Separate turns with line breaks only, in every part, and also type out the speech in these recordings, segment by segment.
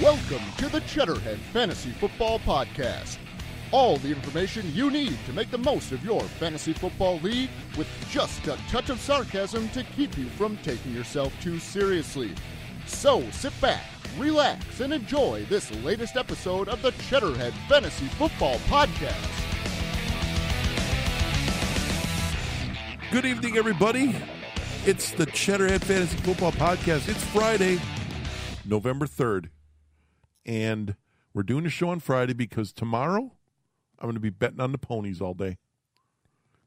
Welcome to the Cheddarhead Fantasy Football Podcast. All the information you need to make the most of your fantasy football league with just a touch of sarcasm to keep you from taking yourself too seriously. So sit back, relax, and enjoy this latest episode of the Cheddarhead Fantasy Football Podcast.
Good evening, everybody. It's the Cheddarhead Fantasy Football Podcast. It's Friday, November 3rd. And we're doing a show on Friday because tomorrow I'm going to be betting on the ponies all day.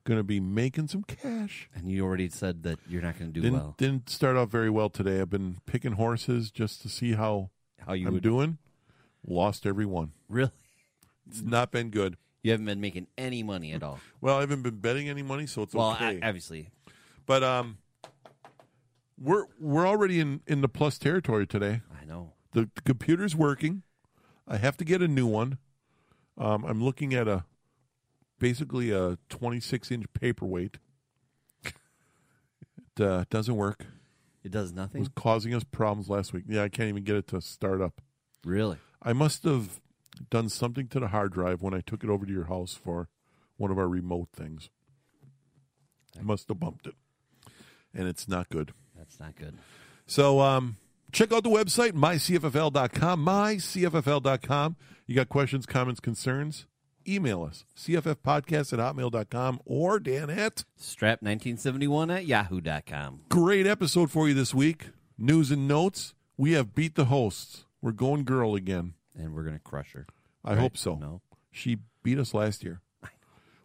Going to be making some cash.
And you already said that you're not going to do
Didn't,
well.
didn't start off very well today. I've been picking horses just to see how
How you
I'm
would
doing. Lost every one.
really?
It's not been good.
You haven't been making any money at all.
Well, I haven't been betting any money, so it's
Well,
okay.
I, obviously,
but um, we're we're already in in the plus territory today.
I know.
the, the computer's working. I have to get a new one. Um, I'm looking at a basically a 26 inch paperweight. It uh, doesn't work.
It does
It was
nothing.
causing us problems last week. Yeah, I can't even get it to start up.
Really?
I must have done something to the hard drive when I took it over to your house for one of our remote things. I must have bumped it, and it's not good.
That's not good.
So um, check out the website, mycffl.com, mycffl.com. You got questions, comments, concerns? Email us, cffpodcast at hotmail.com or Dan at.
Strap 1971 at yahoo.com.
Great episode for you this week. News and notes. We have beat the hosts. We're going girl again.
And we're going to crush her.
I hope so.
No.
She beat us last year.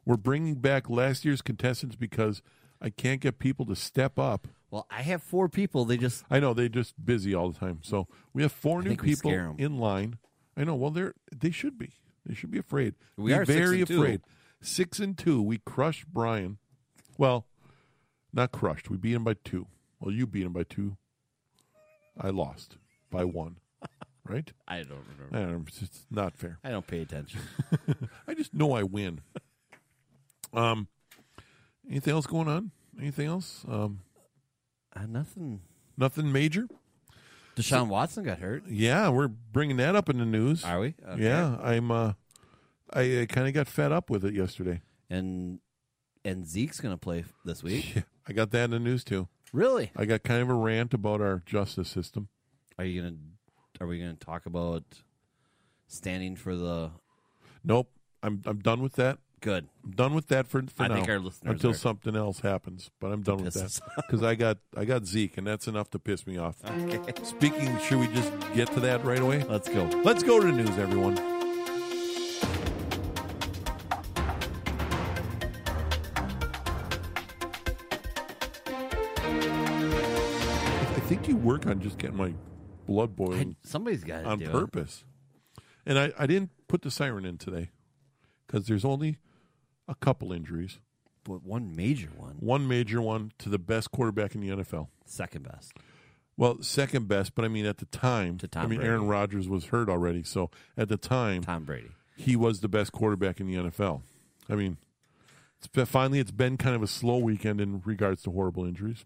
We're bringing back last year's contestants because I can't get people to step up.
Well, I have four people. They just,
I know they're just busy all the time. So we have four new
think we
people
scare 'em.
in line. I know. Well, they're they should be. They should be afraid.
We
be
are six
very
and two.
afraid. Six and two. We crushed Brian. Well, not crushed. We beat him by two. Well, you beat him by two. I lost by one. Right?
I don't
I don't
remember.
know, it's just not fair.
I don't pay attention.
I just know I win. Um, anything else going on? Anything else? Um,
uh, nothing.
nothing major.
Deshaun Watson got hurt.
Yeah, we're bringing that up in the news.
Are we? Okay.
Yeah, I'm. Uh, I, I kind of got fed up with it yesterday.
And and Zeke's going to play f- this week.
Yeah, I got that in the news too.
really?
I got kind of a rant about our justice system.
Are you going to, are we going to talk about standing for the
Nope, I'm I'm done with that.
good?
I'm done with that for for
I
now.
think our listeners
until
are-
something else happens, but I'm done with
Piss
that
us
because I got I got Zeke, and that's enough to piss me off. Speaking, should we just get to that right away?
Let's go.
Let's go to the news, everyone. I think you work on just getting my blood boiling
Somebody's got to
on
do it.
purpose. And I, I didn't put the siren in today because there's only a couple injuries.
But one major one,
One major one to the best quarterback in the NFL.
second best.
Well, second best, but I mean at the time.
To Tom
I mean
Brady.
Aaron Rodgers was hurt already, so at the time
Tom Brady.
he was the best quarterback in the NFL. I mean, it's been, finally, it's been kind of a slow weekend in regards to horrible injuries.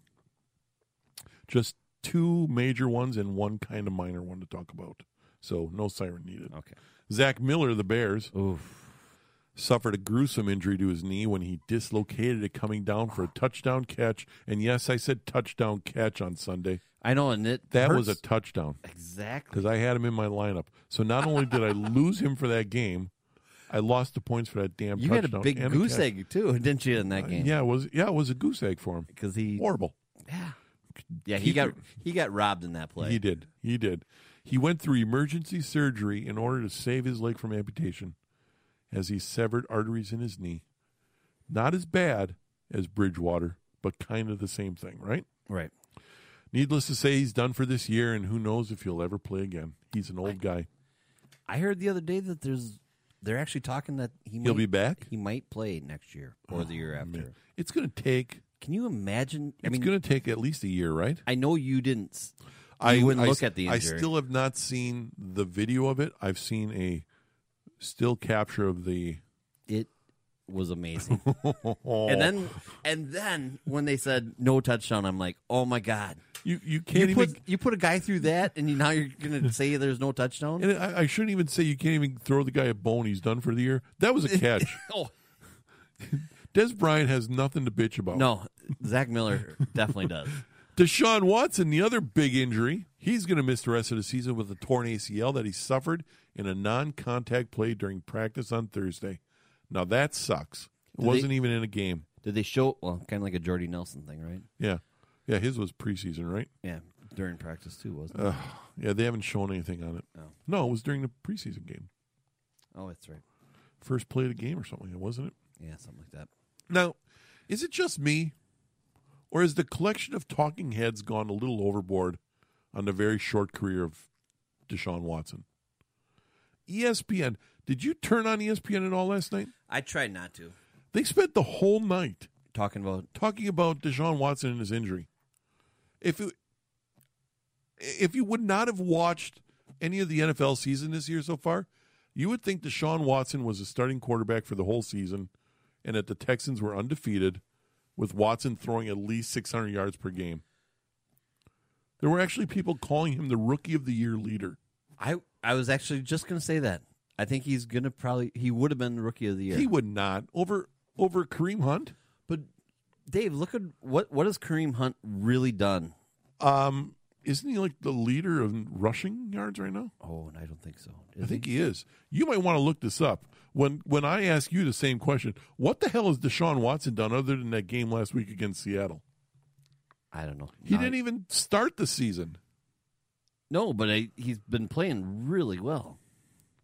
Just two major ones and one kind of minor one to talk about. So no siren needed.
Okay.
Zach Miller, of the Bears,
Oof.
suffered a gruesome injury to his knee when he dislocated it coming down for a touchdown catch. And yes, I said touchdown catch on Sunday.
I know, and it
That was
hurts.
a touchdown
exactly.
because I had him in my lineup. So not only did I lose him for that game, I lost the points for that damn
You had
touchdown.
a big
and
goose
catch.
egg too, didn't you, in that game?
Yeah, it was yeah, it was a goose egg for him.
Because he,
Horrible.
yeah, yeah, he
Keep
got
your-
he got robbed in that play.
He did. He did. He went through emergency surgery in order to save his leg from amputation as he severed arteries in his knee. Not as bad as Bridgewater, but kind of the same thing, right?
Right.
Needless to say, he's done for this year, and who knows if he'll ever play again. He's an old guy.
I heard the other day that there's they're actually talking that he
He'll
might,
be back? Oh,
He might play next year or the year after.
Man, it's going to take.
Can you imagine? I
It's
mean,
going to take at least a year, right?
I know you didn't. s-
I
wouldn't
I
look
s-
at the
I
injury.
still have not seen the video of it. I've seen a still capture of the.
It was amazing. and then and then when they said no touchdown, I'm like, oh my god,
You you can't
You
even.
put you put a guy through that, and you, now you're gonna say there's no touchdown.
and I, I shouldn't even say you can't even throw the guy a bone. He's done for the year. That was a catch.
Oh
Des Bryant has nothing to bitch about.
no, Zach Miller definitely does.
Deshaun Watson, the other big injury, he's going to miss the rest of the season with a torn ACL that he suffered in a non-contact play during practice on Thursday. Now that sucks. It
they-
wasn't even in a game.
Did they show? Well, kind of like a Jordy Nelson thing, right?
Yeah, yeah, his was preseason, right?
Yeah, during practice too, wasn't it?
Ugh. yeah, they haven't shown anything on it.
No.
No, it was during the preseason game,
Oh, that's right.
first play of the game or something, wasn't it?
Yeah, something like that.
Now, is it just me, or has the collection of talking heads gone a little overboard on the very short career of Deshaun Watson? E ESPN, did you turn on E ESPN at all last night?
I tried not to
They spent the whole night
talking about.
talking about Deshaun Watson and his injury. If it, if you would not have watched any of the NFL season this year so far, you would think Deshaun Watson was a starting quarterback for the whole season, and that the Texans were undefeated, with Watson throwing at least 600 yards per game. There were actually people calling him the rookie of the year leader.
I I was actually just gonna say that. I think he's gonna probably he would have been the rookie of the year.
He would not over over Kareem Hunt.
but Dave, look at what what has Kareem Hunt really done?
Um, isn't he like the leader of rushing yards right now?
Oh, and I don't think so.
I think he is. You might want to look this up. When when I ask you the same question, what the hell has Deshaun Watson done other than that game last week against Seattle?
I don't know.
He
Not-
didn't even start the season.
No, but I, he's been playing really well.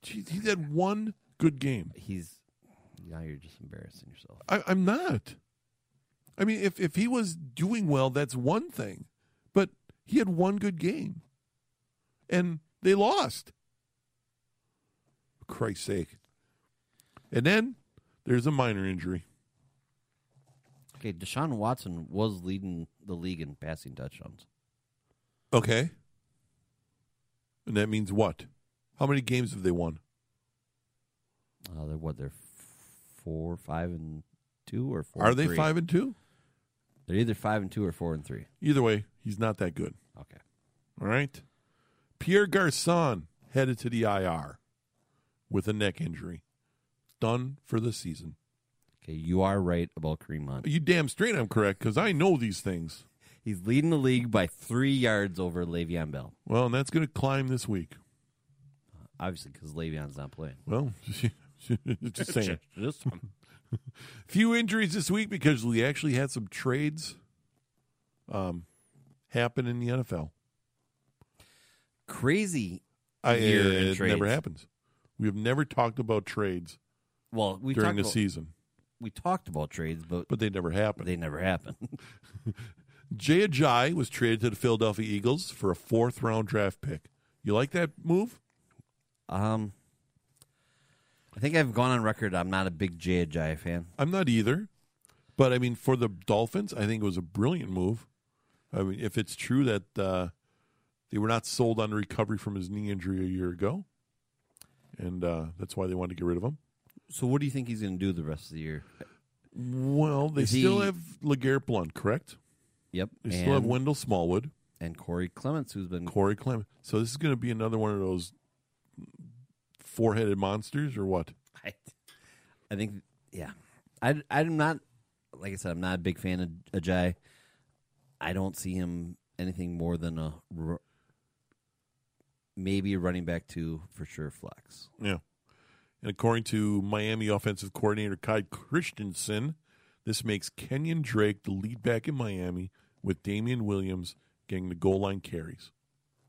He, he had one good game.
He's now you're just embarrassing yourself.
I, I'm not. I mean, if if he was doing well, that's one thing, but he had one good game, and they lost. For Christ's sake! And then there's a minor injury.
Okay, Deshaun Watson was leading the league in passing touchdowns.
Okay. And that means what? How many games have they won?
Uh, they're what? They're f- four, five, and two, or four.
Are
and
they
three?
five and two?
They're either five and two or four and three.
Either way, he's not that good.
Okay.
All right. Pierre Garcon headed to the IR with a neck injury. Done for the season.
Okay, you are right about Kareem Hunt.
You damn straight I'm correct because I know these things.
He's leading the league by three yards over Le'Veon Bell.
Well, and that's going to climb this week.
Obviously, because Le'Veon's not playing.
Well, just saying.
Just-
few injuries this week because we actually had some trades um, happen in the NFL.
crazy.
I,
year in
it
trades.
never happens. We have never talked about trades
Well, we
during
talked
the
about,
season,
we talked about trades, but
but they never happen.
they never happen.
Jay Ajayi was traded to the Philadelphia Eagles for a fourth round draft pick. You like that move?
um, I think I've gone on record. I'm not a big Jay Ajayi fan.
I'm not either, but I mean, for the Dolphins, I think it was a brilliant move. I mean, if it's true that uh, they were not sold on recovery from his knee injury a year ago, and uh, that's why they wanted to get rid of him.
So, what do you think he's going to do the rest of the year?
Well, they
Is
still
he-
have Legarrette Blunt, correct?
Yep,
They
and,
still have Wendell Smallwood.
and Corey Clements, who's been
Corey Clement. So this is going to be another one of those four-headed monsters, or what?
I, I think, yeah, I, I'm not, like I said, I'm not a big fan of Ajay. I don't see him anything more than a ru- maybe a running back two for sure flex.
Yeah. And according to Miami offensive coordinator Kai Christensen, this makes Kenyon Drake the lead back in Miami, with Damian Williams getting the goal line carries.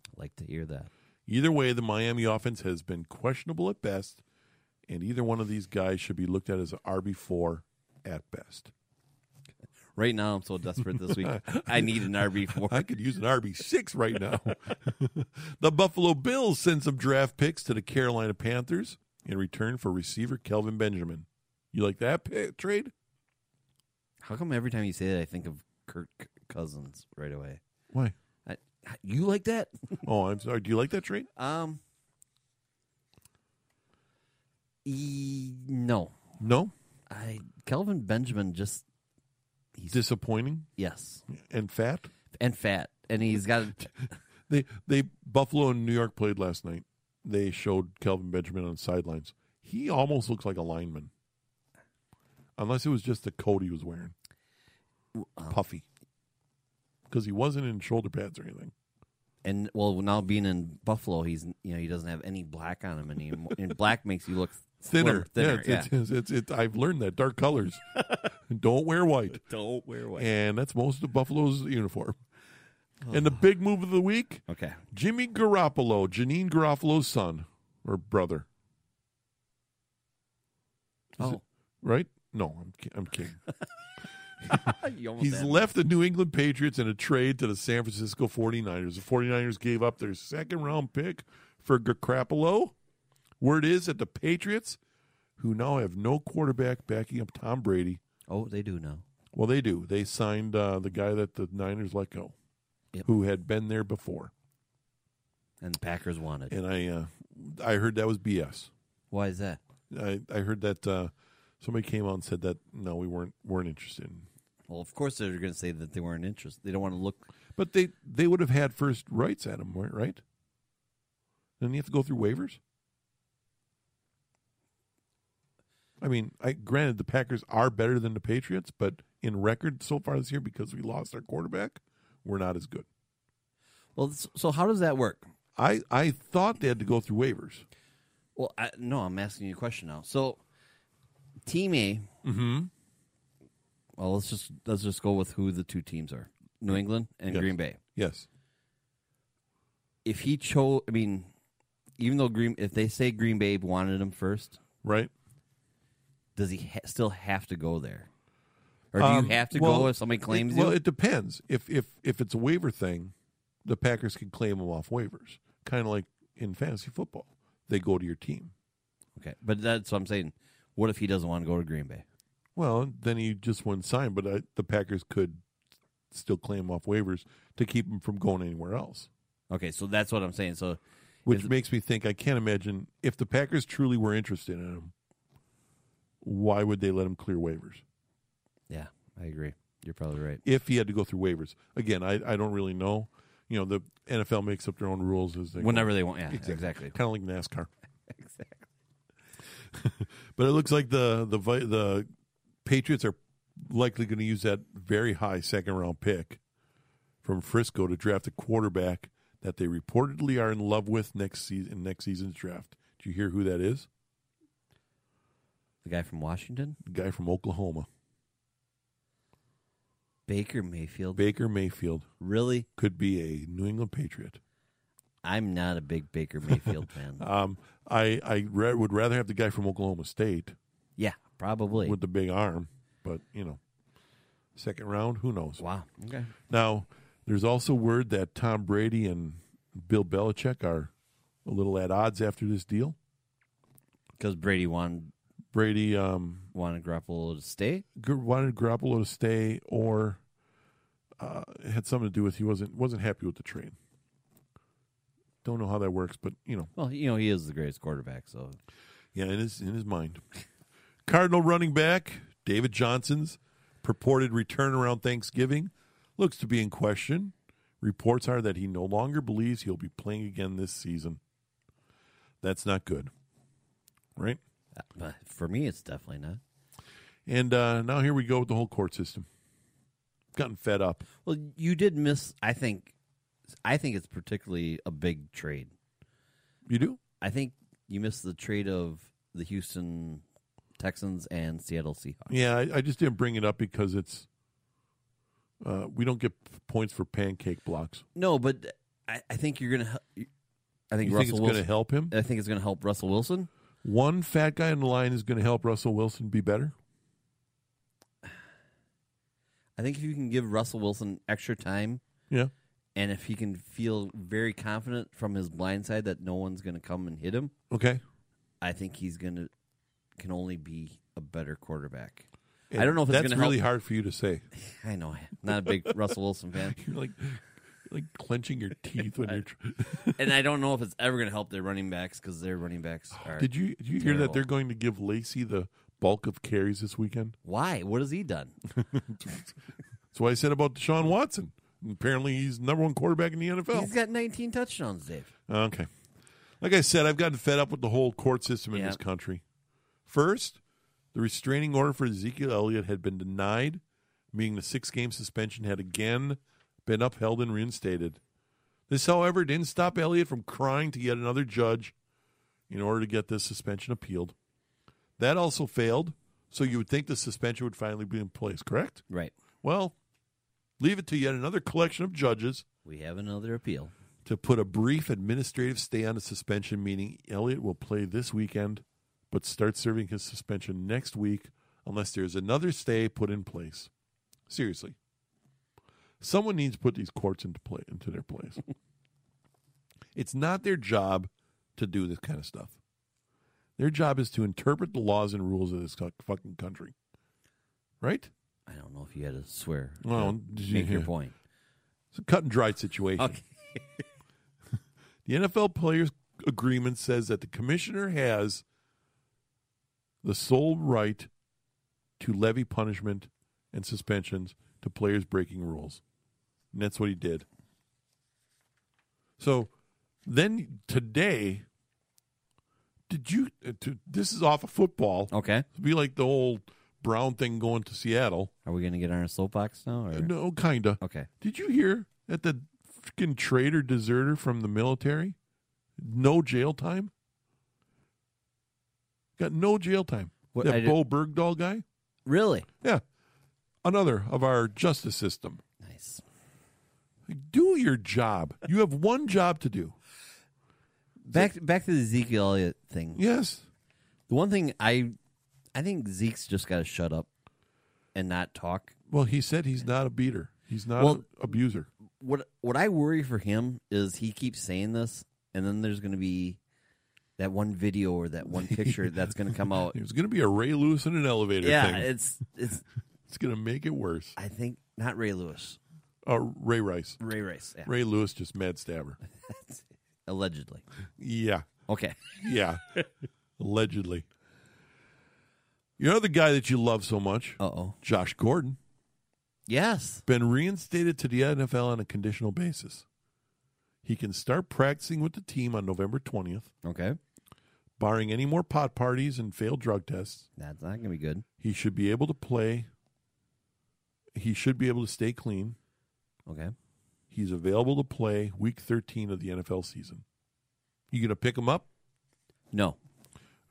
I like to hear that.
Either way, the Miami offense has been questionable at best, and either one of these guys should be looked at as an RB four at best.
Right now, I'm so desperate this week. I need an RB four.
I could use an RB6 right now. the Buffalo Bills send some draft picks to the Carolina Panthers in return for receiver Kelvin Benjamin. You like that pa- trade?
How come every time you say that, I think of Kirk Cousins right away?
Why?
I, you like that?
Oh, I'm sorry. Do you like that trade?
Um, e- no.
No.
I Kelvin Benjamin just
Disappointing
yes
and fat.
and fat and he's got
They they Buffalo and New York played last night. They showed Kelvin Benjamin on the sidelines. He almost looks like a lineman, unless it was just the coat he was wearing, puffy, because he wasn't in shoulder pads or anything.
and well now being in Buffalo, he's you know he doesn't have any black on him anymore. and black makes you look
Thinner,
slimmer, thinner.
yeah. It's, It's, it's, it's, I've learned that dark colors don't wear white,
Don't wear white.
and that's most of Buffalo's uniform. And the big move of the week.
Okay,
Jimmy Garoppolo, Janine Garoppolo's son or brother. Is it-
Oh.
right? No, I'm ki- I'm kidding.
you almost
He's
had it.
left the New England Patriots in a trade to the San Francisco 49ers. The 49ers gave up their second round pick for Garoppolo. Word is that the Patriots, who now have no quarterback backing up Tom Brady,
Oh, they do now.
well, they do. They signed uh, the guy that the Niners let go,
Yep.
who had been there before.
And the Packers wanted.
And I uh, I heard that was BS.
Why is that?
I, I heard that uh, somebody came out and said that no, we weren't weren't interested.
Well, of course they're going to say that they weren't interested. They don't want to look.
But they they would have had first rights at him, right? Right? Then you have to go through waivers. I mean, I granted the Packers are better than the Patriots, but in record so far this year, because we lost our quarterback, we're not as good.
Well, s- so how does that work?
I I thought they had to go through waivers.
Well, I, no, I'm asking you a question now. So, Team A. Mm-hmm. Well, let's just let's just go with who the two teams are: New England and
Yes.
Green Bay.
Yes.
If he chose, I mean, even though Green, if they say Green Bay wanted him first,
Right.
does he ha- still have to go there, or do
Um,
you have to
well,
go if somebody claims
it, Well,
you?
it depends. If if if it's a waiver thing, the Packers can claim them off waivers, kind of like in fantasy football. They go to your team.
okay, but that's what I'm saying. What if he doesn't want to go to Green Bay?
Well, then he just wouldn't sign, but uh the Packers could still claim him off waivers to keep him from going anywhere else.
Okay, so that's what I'm saying. So
Which
Is-
makes me think I can't imagine if the Packers truly were interested in him, why would they let him clear waivers?
yeah, I agree. You're probably right.
If he had to go through waivers. Again, I, I don't really know. You know, the NFL makes up their own rules as they go.
Whenever they want, yeah, exactly.
Kind of like NASCAR. But it looks like the the Vi- the Patriots are likely going to use that very high second round pick from Frisco to draft a quarterback that they reportedly are in love with next season in next season's draft. Did you hear who that is?
The guy from Washington,
The guy from Oklahoma,
Baker Mayfield.
Baker Mayfield,
really,
could be a New England Patriot.
I'm not a big Baker Mayfield fan.
Um, I I ra- would rather have the guy from Oklahoma State
Yeah, probably.
with the big arm, but you know, second round, who knows?
wow. Okay.
Now, there's also word that Tom Brady and Bill Belichick are a little at odds after this deal.
Because Brady wanted
Brady um,
wanted Garoppolo to stay.
g- wanted Garoppolo to stay, or uh, it had something to do with he wasn't wasn't happy with the trade. Don't know how that works, but you know,
Well, you know he is the greatest quarterback. So
yeah, in his in his mind. Cardinal running back David Johnson's purported return around Thanksgiving looks to be in question. Reports are that he no longer believes he'll be playing again this season. That's not good, right?
uh, but for me, it's definitely not.
And uh, now here we go with the whole court system. Gotten fed up.
Well, you did miss. I think, I think it's particularly a big trade.
You do?
I think you missed the trade of the Houston Texans and Seattle Seahawks.
Yeah, I, I just didn't bring it up because it's uh, we don't get p- points for pancake blocks.
No, but I, I think you're gonna. he- I think
You think
Russell
it's going to
Wilson.
help him?
I think it's gonna help Russell Wilson.
One fat guy in the line is going to help Russell Wilson be better.
I think if you can give Russell Wilson extra time,
Yeah,
and if he can feel very confident from his blind side that no one's gonna come and hit him,
Okay.
I think he's gonna can only be a better quarterback.
And
I don't know if it's
that's
gonna
really
help.
hard for you to say.
I know, I'm not a big Russell Wilson fan,
You're like you're like clenching your teeth when you're. Tr-
and I don't know if it's ever gonna help their running backs because their running backs are.
did you did you hear that
Terrible.
they're going to give Lacey the bulk of carries this weekend?
Why? What has he done?
That's what I said about Deshaun Watson. Apparently, he's number one quarterback in the NFL.
He's got 19 touchdowns, Dave.
Okay. Like I said, I've gotten fed up with the whole court system in
Yeah.
this country. First, the restraining order for Ezekiel Elliott had been denied, meaning the six game suspension had again been upheld and reinstated. This, however, didn't stop Elliott from crying to yet another judge in order to get this suspension appealed. That also failed, so you would think the suspension would finally be in place, correct?
Right.
Well, leave it to yet another collection of judges
We have another appeal.
to put a brief administrative stay on a suspension, meaning Elliott will play this weekend but start serving his suspension next week unless there's another stay put in place. Seriously. Someone needs to put these courts into play into their place. it's not their job to do this kind of stuff. Their job is to interpret the laws and rules of this cu- fucking country. Right?
I don't know if you had to swear. to
Well,
make your
yeah.
point.
It's a cut and dried situation.
Okay.
The NFL Players Agreement says that the commissioner has the sole right to levy punishment and suspensions to players breaking rules. And that's what he did. So then today, did you? uh, To, this is off of football.
Okay.
It'd be like the whole Brown thing going to Seattle.
Are we going to get on our soapbox now? Or?
Uh, No, kind of.
Okay.
Did you hear that the freaking traitor deserter from the military? No jail time? Got no jail time.
What, I
that
did-
Bo Bergdahl guy?
Really?
Yeah. Another of our justice system.
Nice.
Do your job. You have one job to do.
Back back to the Zeke Elliott thing.
Yes.
The one thing I I think Zeke's just got to shut up and not talk.
Well, he said he's not a beater. He's not
Well-
an abuser.
What what I worry for him is he keeps saying this and then there's going to be that one video or that one picture that's going to come out.
There's going to be a Ray Lewis in an elevator
Yeah,
thing.
it's it's
It's going to make it worse.
I think not Ray Lewis.
Uh, Ray Rice.
Ray Rice. Yeah.
Ray Lewis just mad stabber.
Allegedly.
Yeah.
Okay.
Yeah. Allegedly. You know the guy that you love so much,
Uh-oh.
Josh Gordon,
Yes.
been reinstated to the NFL on a conditional basis. He can start practicing with the team on November 20th,
Okay.
barring any more pot parties and failed drug tests.
That's not going to be good.
He should be able to play. He should be able to stay clean.
Okay.
He's available to play week 13 of the NFL season. You going to pick him up?
No.
All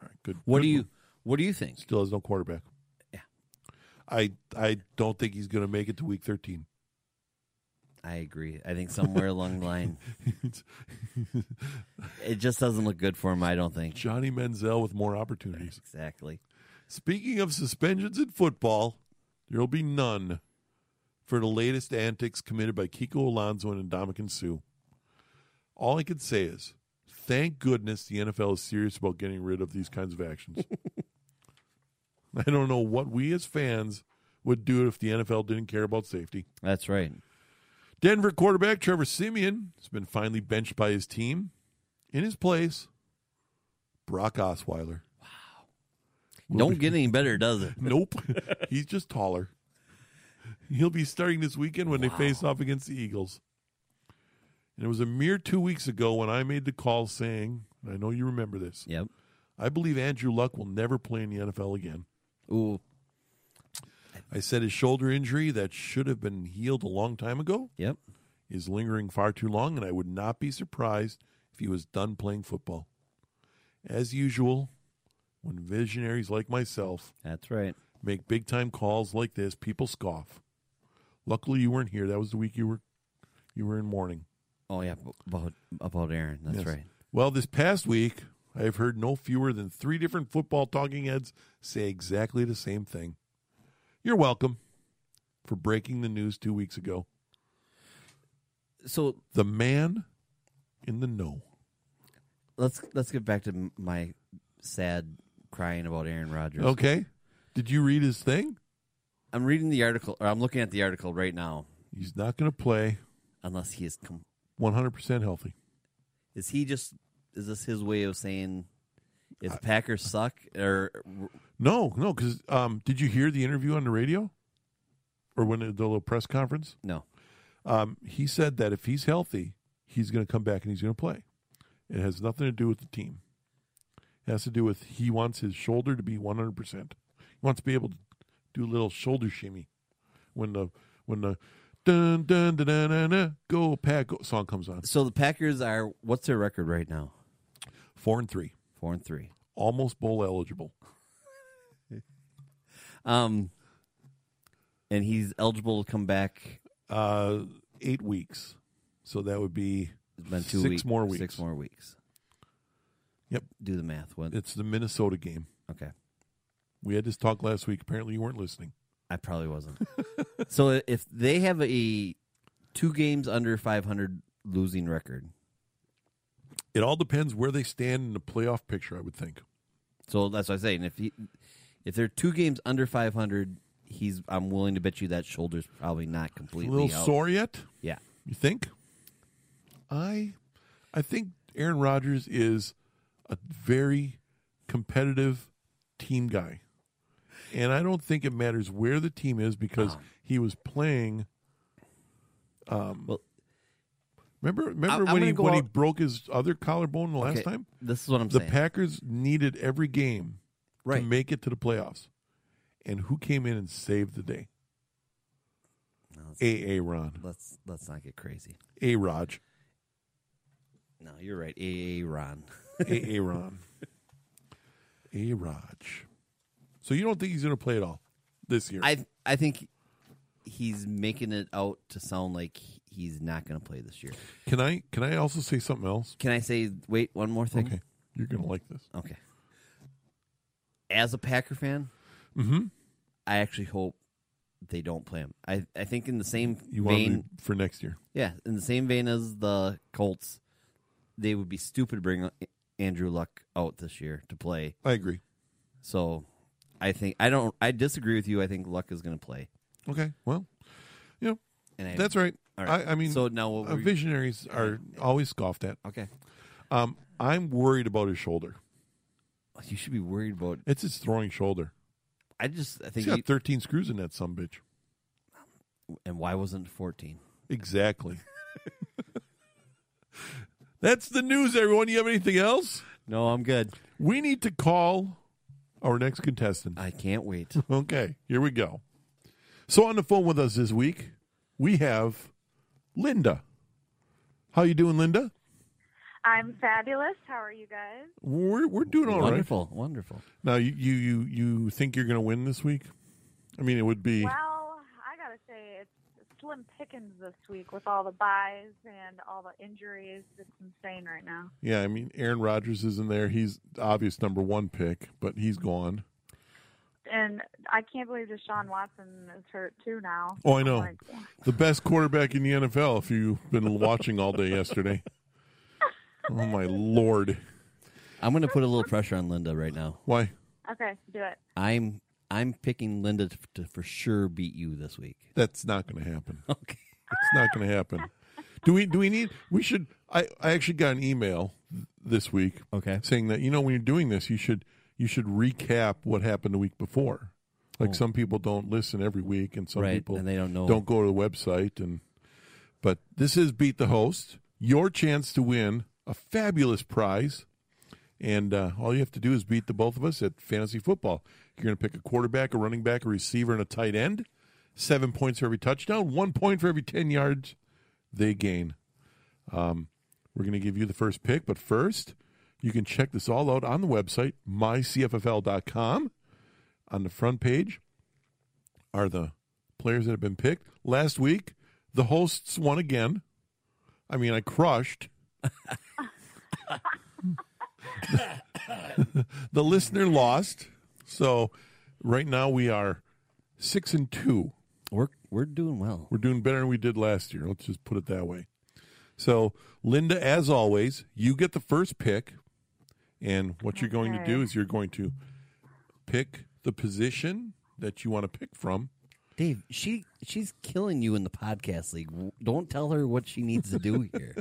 right, good.
What
good
do
move.
you what do you think?
Still has no quarterback.
Yeah.
I I don't think he's going to make it to week 13.
I agree. I think somewhere along the line it just doesn't look good for him, I don't think.
Johnny Menzel with more opportunities.
Exactly.
Speaking of suspensions in football, there'll be none for the latest antics committed by Kiko Alonso and Dominican Sue. All I can say is, thank goodness the NFL is serious about getting rid of these kinds of actions. I don't know what we as fans would do if the NFL didn't care about safety.
That's right.
Denver quarterback Trevor Simeon has been finally benched by his team. In his place, Brock Osweiler.
Don't get any better, does it?
Nope. He's just taller. He'll be starting this weekend when they face off against the Eagles. And it was a mere two weeks ago when I made the call saying, and I know you remember this,
Yep.
I believe Andrew Luck will never play in the NFL again.
Ooh.
I said his shoulder injury that should have been healed a long time ago
Yep.
is lingering far too long, and I would not be surprised if he was done playing football. As usual, when visionaries like myself
That's right.
make big time calls like this, people scoff. Luckily, you weren't here. That was the week you were you were in mourning.
Oh yeah, b- about about Aaron. That's
Yes.
right.
Well, this past week, I have heard no fewer than three different football talking heads say exactly the same thing. You're welcome for breaking the news two weeks ago.
So
The man in the know.
let's let's get back to m- my sad crying about Aaron Rodgers.
Okay. Did you read his thing?
I'm reading the article, or I'm looking at the article right now.
He's not going to play
Unless he is, com-
100% healthy.
is he just? Is this his way of saying if the Packers suck? Or
No, no, because um, did you hear the interview on the radio or when the, the little press conference?
no,
Um, he said that if he's healthy, he's going to come back and he's going to play. It has nothing to do with the team. It has to do with he wants his shoulder to be 100%. He wants to be able to do a little shoulder shimmy when the when the dun dun dun dun dun, dun go pack go song comes on.
So the Packers are what's their record right now?
4 and 3,
Four and three.
almost bowl eligible.
Um, and he's eligible to come back.
Uh 8 weeks. So that would be
It's been two
Six
weeks.
more
Six
weeks.
more weeks.
Yep.
Do the math. What?
it's the Minnesota game.
Okay.
We had this talk last week. Apparently you weren't listening.
I probably wasn't. so if they have a two games under 500 losing record,
It all depends where they stand in the playoff picture, I would think.
so that's what I say. And if he, if they're two games under 500, he's I'm willing to bet you that shoulder's probably not
A
completely
little
out.
sore yet?
Yeah.
You think? I I think Aaron Rodgers is a very competitive team guy. And I don't think it matters where the team is
Ah.
because he was playing um
Well-
Remember
I-
remember
I'm
when he
gonna go
when he
out-
broke his other collarbone the last
Okay,
time?
This is what I'm
The
saying.
Packers needed every game
right.
to make it to the playoffs. And who came in and saved the day?
No, let's,
A.A. Ron.
let's let's not get crazy.
A. Raj.
No, you're right. A Ron.
Aaron. A Raj. So you don't think he's going to play at all this year?
I I think he's making it out to sound like he's not going to play this year.
can I can I also say something else?
Can I say wait one more thing?
Okay. You're going to like this.
Okay. As a Packer fan,
Mhm.
I actually hope they don't play him. I, I think in the same
You want
vein,
me for next year.
yeah, in the same vein as the Colts, they would be stupid to bring Andrew Luck out this year to play.
I agree.
So, I think I don't. I disagree with you. I think Luck is going to play.
Okay. Well, you know,
And I,
that's right.
all right.
I, I mean,
so now what
uh,
were you-
visionaries are always scoffed at.
okay.
Um, I'm worried about his shoulder.
You should be worried about.
It's his throwing shoulder.
I just I
He's
think.
got
you-
13 screws in that some bitch.
and why wasn't it fourteen?
Exactly. That's the news, everyone. You have anything else?
No, I'm good.
We need to call our next contestant.
I can't wait.
Okay, here we go. So on the phone with us this week, we have Linda. How you doing, Linda?
I'm fabulous. How are you guys?
We're we're doing all right.
wonderful, wonderful.
Now you you you, you think you're going to win this week? I mean, it would be
Well, I gotta say it's slim pickings this week with all the buys and all the injuries. It's insane right now.
yeah. I mean, Aaron Rodgers is in there. He's the obvious number one pick, but he's gone.
And I can't believe Deshaun Watson is hurt too now.
Oh, I know.
Like,
The best quarterback in the NFL. If you've been watching all day yesterday. Oh my lord!
I'm going to put a little pressure on Linda right now.
Why?
okay, do it.
I'm I'm picking Linda to, to for sure beat you this week.
That's not going to happen.
Okay.
It's not going to happen. Do we? Do we need? We should. I, I actually got an email this week
Okay.
saying that you know when you're doing this, you should you should recap what happened the week before. Like
Oh.
some people don't listen every week, and some
right.
people
and they don't know.
don't go to the website. And but this is beat the host. Your chance to win a fabulous prize, and uh, all you have to do is beat the both of us at fantasy football. You're going to pick a quarterback, a running back, a receiver, and a tight end. Seven points for every touchdown. One point for every ten yards they gain. Um, We're going to give you the first pick, but first, you can check this all out on the website, mycffl.com. On the front page are the players that have been picked. Last week, the hosts won again. I mean, I crushed. the listener lost. So right now we are six and two.
We're we're doing well.
We're doing better than we did last year. Let's just put it that way. So, Linda, as always, you get the first pick. And what you're going to
Okay.
do is you're going to pick the position that you want to pick from.
Dave, she she's killing you in the podcast league. Don't tell her what she needs to do here.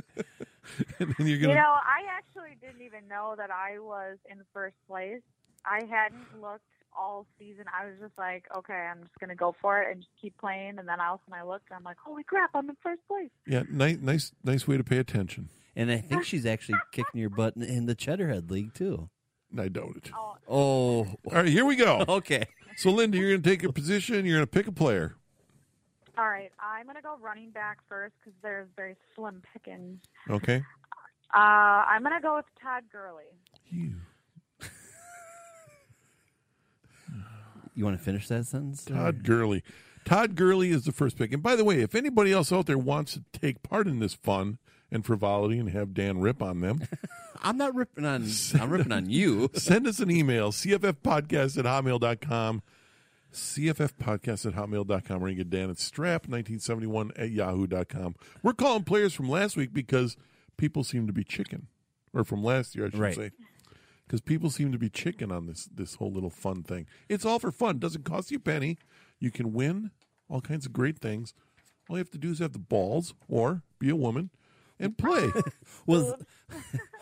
And then you're
You
going
know,
to.
I actually didn't even know that I was in first place. I hadn't looked all season. I was just like, okay, I'm just gonna go for it and just keep playing. And then all of a sudden I looked and I'm like, holy crap, I'm in first place.
Yeah, nice, nice, nice way to pay attention.
And I think she's actually kicking your butt in, in the Cheddarhead League too.
I doubt it.
Oh,
Oh,
All right, here we go.
okay.
So, Linda, you're going to take your position. You're going to pick a player.
all right, I'm gonna go running back first because there's very slim pickings.
Okay.
Uh, I'm gonna go with Todd Gurley.
You.
You want to finish that sentence?
Todd Gurley. Todd Gurley is the first pick. And by the way, if anybody else out there wants to take part in this fun and frivolity and have Dan rip on them,
I'm not ripping on. I'm ripping on you.
send us an email, cffpodcast at hotmail.com. CFFpodcast at hotmail.com. We're going to get Dan at strap1971 at yahoo.com. We're calling players from last week because people seem to be chicken, or from last year, I should
Right.
say. Because people seem to be chicken on this this whole little fun thing. It's all for fun. Doesn't cost you a penny. You can win all kinds of great things. All you have to do is have the balls or be a woman and play.
Was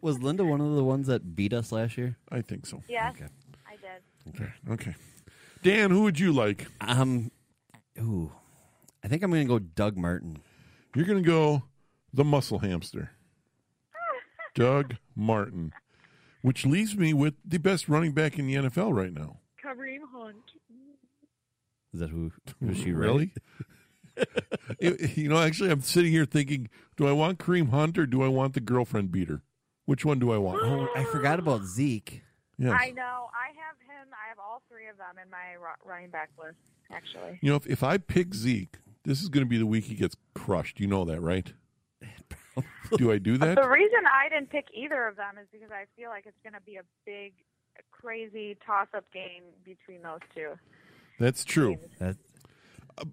was Linda one of the ones that beat us last year?
I think so.
Yes, I did.
Okay. Okay. Dan, who would you like?
Um, ooh, I think I'm going to go Doug Martin.
You're going to go the muscle hamster, Doug Martin, which leaves me with the best running back in the NFL right now.
Kareem Hunt.
Is that who? Was she right?
really? It- you know, actually, I'm sitting here thinking, do I want Kareem Hunt or do I want the girlfriend beater? Which one do I want?
Oh, I forgot about Zeke.
Yes.
I know. I have him. I have all three of them in my ru- running back list, actually.
You know, if, if I pick Zeke, this is going to be the week he gets crushed. You know that, right? Do I do that?
The reason I didn't pick either of them is because I feel like it's going to be a big, crazy toss-up game between those two.
That's true.
That,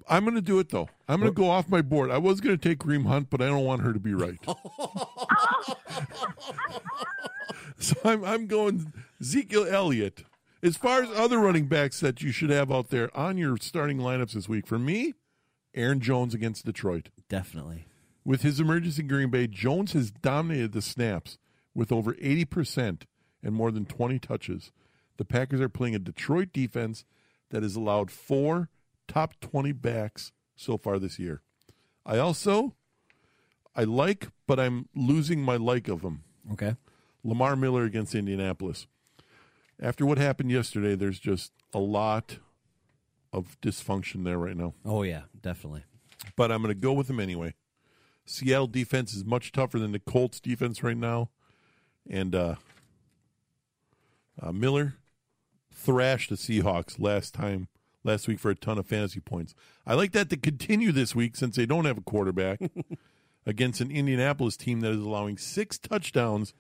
I'm going to do it though. I'm going to go off my board. I was going to take Kareem Hunt, but I don't want her to be right. so I'm I'm going Ezekiel Elliott. As far as other running backs that you should have out there on your starting lineups this week, for me, Aaron Jones against Detroit.
definitely.
With his emergency in Green Bay, Jones has dominated the snaps with over 80% and more than 20 touches. The Packers are playing a Detroit defense that has allowed four top 20 backs so far this year. I also I like, but I'm losing my like of him.
Okay.
Lamar Miller against Indianapolis. After what happened yesterday, there's just a lot of dysfunction there right now
Oh yeah, definitely.
but I'm going to go with them anyway. Seattle defense is much tougher than the Colts defense right now, and uh, uh, Miller thrashed the Seahawks last time last week for a ton of fantasy points. I like that to continue this week since they don't have a quarterback against an Indianapolis team that is allowing six touchdowns